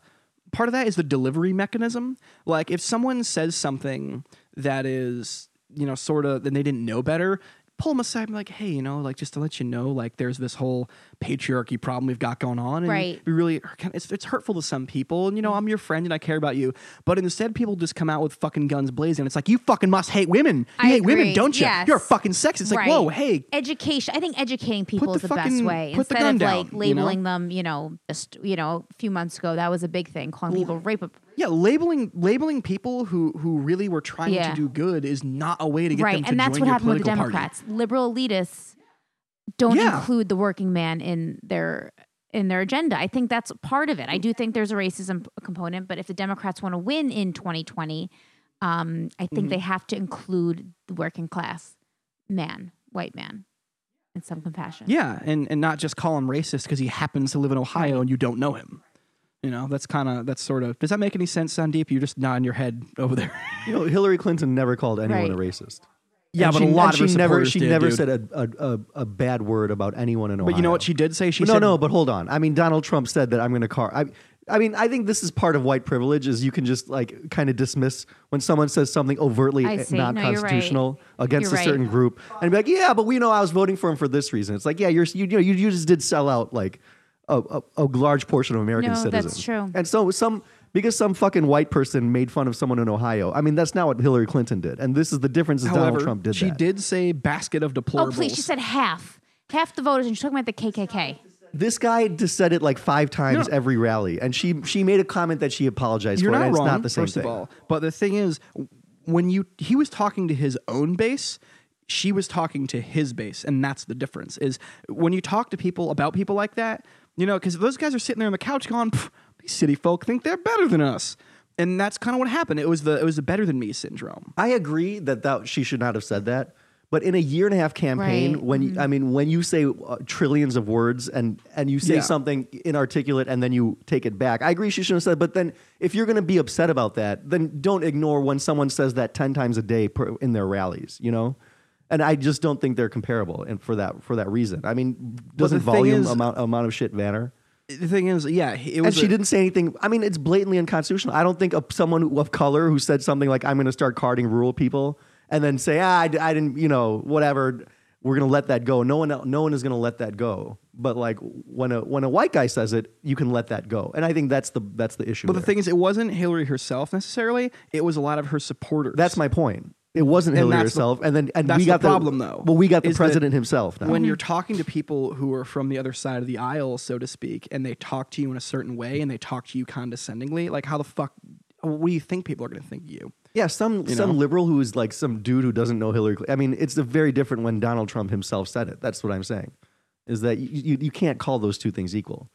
Speaker 2: part of that is the delivery mechanism. Like if someone says something that is, you know, sort of, then they didn't know better. Pull them aside and be like, hey, you know, like just to let you know, like there's this whole patriarchy problem we've got going on, and
Speaker 3: Right.
Speaker 2: we really it's it's hurtful to some people. And you know, I'm your friend and I care about you, but instead people just come out with fucking guns blazing. It's like you fucking must hate women. You
Speaker 3: I
Speaker 2: hate women,
Speaker 3: agree.
Speaker 2: don't you?
Speaker 3: Yes.
Speaker 2: You're a fucking sexist. It's like,
Speaker 3: right.
Speaker 2: whoa, hey,
Speaker 3: Education. I think educating people
Speaker 2: the
Speaker 3: is the best
Speaker 2: fucking-
Speaker 3: way
Speaker 2: put the
Speaker 3: instead
Speaker 2: gun
Speaker 3: of
Speaker 2: down,
Speaker 3: like
Speaker 2: you know?
Speaker 3: labeling them. You know, just you know, a few months ago that was a big thing, calling people rape.
Speaker 2: Yeah, labeling labeling people who who really were trying
Speaker 3: Yeah.
Speaker 2: to do good is not a way to get
Speaker 3: Right,
Speaker 2: them to
Speaker 3: and that's
Speaker 2: join
Speaker 3: what
Speaker 2: your
Speaker 3: happened with the
Speaker 2: political party.
Speaker 3: Democrats. Liberal elitists don't
Speaker 2: Yeah.
Speaker 3: include the working man in their in their agenda. I think that's part of it. I do think there's a racism p- component, but if the Democrats want to win in 2020, um, I think
Speaker 2: Mm-hmm.
Speaker 3: they have to include the working class man, white man, in some compassion.
Speaker 2: Yeah, and and not just call him racist because he happens to live in Ohio and you don't know him. You know, that's kind of that's sort of. Does that make any sense, Sandeep? You're just nodding your head over there.
Speaker 1: You know, Hillary Clinton never called anyone a
Speaker 3: Right.
Speaker 1: racist.
Speaker 2: yeah,
Speaker 1: And
Speaker 2: but
Speaker 1: she,
Speaker 2: a lot
Speaker 1: and
Speaker 2: of
Speaker 1: she
Speaker 2: her
Speaker 1: never
Speaker 2: supporters
Speaker 1: she
Speaker 2: did,
Speaker 1: never
Speaker 2: dude.
Speaker 1: said a, a, a, a bad word about anyone in Ohio.
Speaker 2: But you know what she did say? She
Speaker 1: no,
Speaker 2: said,
Speaker 1: no. But hold on. I mean, Donald Trump said that I'm going to car. I, I mean, I think this is part of white privilege is you can just like kind of dismiss when someone says something overtly eh,
Speaker 3: I see.
Speaker 1: not
Speaker 3: No, you're right.
Speaker 1: constitutional against
Speaker 3: You're
Speaker 1: a
Speaker 3: right.
Speaker 1: certain group, and be like, yeah, but we know I was voting for him for this reason. It's like, yeah, you're you, you know you, you just did sell out like a, a, a large portion of American
Speaker 3: No,
Speaker 1: citizens.
Speaker 3: that's true.
Speaker 1: And so some because some fucking white person made fun of someone in Ohio. I mean, that's not what Hillary Clinton did, and this is the difference. Is
Speaker 2: However,
Speaker 1: Donald Trump did
Speaker 2: she
Speaker 1: that.
Speaker 2: did say basket of deplorables.
Speaker 3: Oh, please, she said half. Half the voters, and she's talking about the KKK.
Speaker 1: This guy just said it like five times
Speaker 2: No.
Speaker 1: every rally, and she she made a comment that she apologized
Speaker 2: You're
Speaker 1: for.
Speaker 2: not
Speaker 1: and
Speaker 2: wrong.
Speaker 1: it's not the same
Speaker 2: first
Speaker 1: thing.
Speaker 2: of all, but the thing is, when you he was talking to his own base, she was talking to his base, and that's the difference. Is when you talk to people about people like that, you know, because those guys are sitting there on the couch going, "Pff, "These city folk think they're better than us," and that's kind of what happened. It was the it was the better than me syndrome.
Speaker 1: I agree that that she should not have said that. But in a year and a half campaign,
Speaker 3: Right.
Speaker 1: when you, I mean, when you say uh, trillions of words and and you say
Speaker 2: Yeah.
Speaker 1: something inarticulate and then you take it back, I agree she shouldn't have said. it, But then, if you're going to be upset about that, then don't ignore when someone says that ten times a day per, in their rallies. You know, and I just don't think they're comparable, and for that for that reason, I mean, doesn't
Speaker 2: thing
Speaker 1: volume
Speaker 2: is-
Speaker 1: amount amount of shit matter?
Speaker 2: The thing is, yeah, it
Speaker 1: And
Speaker 2: was.
Speaker 1: she
Speaker 2: a-
Speaker 1: didn't say anything. I mean, it's blatantly unconstitutional. I don't think of someone who- of color who said something like, "I'm going to start carding rural people," and then say, "Ah, I, d- I didn't," you know, whatever. We're going to let that go. No one, no one is going to let that go. But like when a when a white guy says it, you can let that go. And I think that's the that's the issue.
Speaker 2: But the thing is, it wasn't Hillary herself necessarily. It was a lot of her supporters.
Speaker 1: that's my point. It wasn't
Speaker 2: And
Speaker 1: Hillary
Speaker 2: that's the-
Speaker 1: herself, and then and
Speaker 2: that's
Speaker 1: we
Speaker 2: the
Speaker 1: got the
Speaker 2: problem, though,
Speaker 1: Well, we got the
Speaker 2: is that
Speaker 1: president himself now.
Speaker 2: when you're talking to people who are from the other side of the aisle, so to speak, and they talk to you in a certain way and they talk to you condescendingly, like how the fuck, what do you think people are going to think of you?
Speaker 1: Yeah, some some liberal who is like some dude who doesn't know Hillary. Clinton. I mean, it's a very different when Donald Trump himself said it. That's what I'm saying, is that you, you, you can't call those two things equal,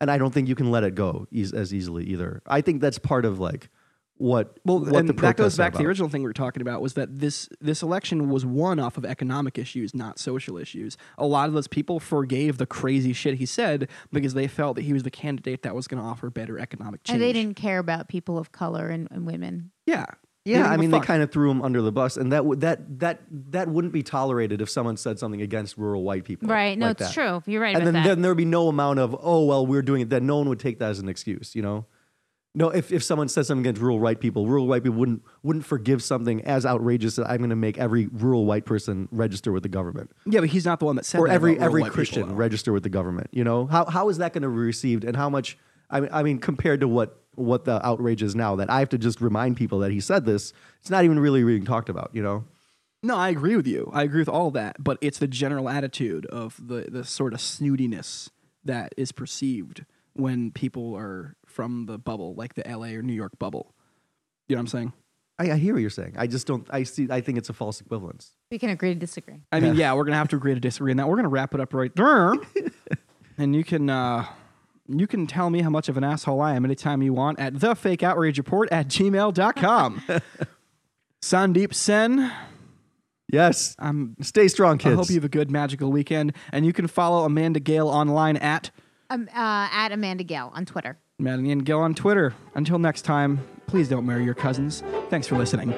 Speaker 1: and I don't think you can let it go eas as easily either. I think that's part of like what
Speaker 2: Well,
Speaker 1: what
Speaker 2: and
Speaker 1: the
Speaker 2: that goes
Speaker 1: protests are
Speaker 2: back to the
Speaker 1: about.
Speaker 2: original thing we were talking about was that this this election was won off of economic issues, not social issues. A lot of those people forgave the crazy shit he said because they felt that he was the candidate that was going to offer better economic change.
Speaker 3: And they didn't care about people of color and, and women.
Speaker 2: Yeah. They
Speaker 1: Yeah,
Speaker 2: didn't
Speaker 1: I
Speaker 2: give a
Speaker 1: mean, they
Speaker 2: fuck.
Speaker 1: kind of threw him under the bus, and that would that that that wouldn't be tolerated if someone said something against rural white people.
Speaker 3: Right. No,
Speaker 1: like
Speaker 3: it's
Speaker 1: that.
Speaker 3: true. You're right
Speaker 1: and
Speaker 3: about
Speaker 1: then,
Speaker 3: that.
Speaker 1: then there would be no amount of oh well we're doing it then no one would take that as an excuse you know no if, if someone says something against rural white people rural white people wouldn't wouldn't forgive something as outrageous that i'm going to make every rural white person register with the government
Speaker 2: Yeah, but he's not the one that said
Speaker 1: or
Speaker 2: that
Speaker 1: every
Speaker 2: about real
Speaker 1: every
Speaker 2: white people,
Speaker 1: christian
Speaker 2: though.
Speaker 1: register with the government you know how how is that going to be received and how much i mean i mean compared to what what the outrage is now that i have to just remind people that he said this it's not even really being talked about you know
Speaker 2: No, I agree with you. I agree with all that, but it's the general attitude of the, the sort of snootiness that is perceived when people are from the bubble, like the LA or New York bubble. You know what I'm saying?
Speaker 1: I, I hear what you're saying. I just don't. I see. I think it's a false equivalence.
Speaker 3: we can agree to disagree.
Speaker 2: I mean, yeah, we're gonna have to agree to disagree on that. We're gonna wrap it up right there, and you can, uh, You can tell me how much of an asshole I am anytime you want at thefakeoutragereport at gmail.com. Sandeep Sen,
Speaker 1: Yes.
Speaker 2: I'm,
Speaker 1: Stay strong,
Speaker 2: I
Speaker 1: kids.
Speaker 2: hope you have a good magical weekend. And you can follow Amanda Gale online at
Speaker 3: Um, uh, at Amanda Gale on Twitter.
Speaker 2: Amanda Gale on Twitter. Until next time, please don't marry your cousins. Thanks for listening.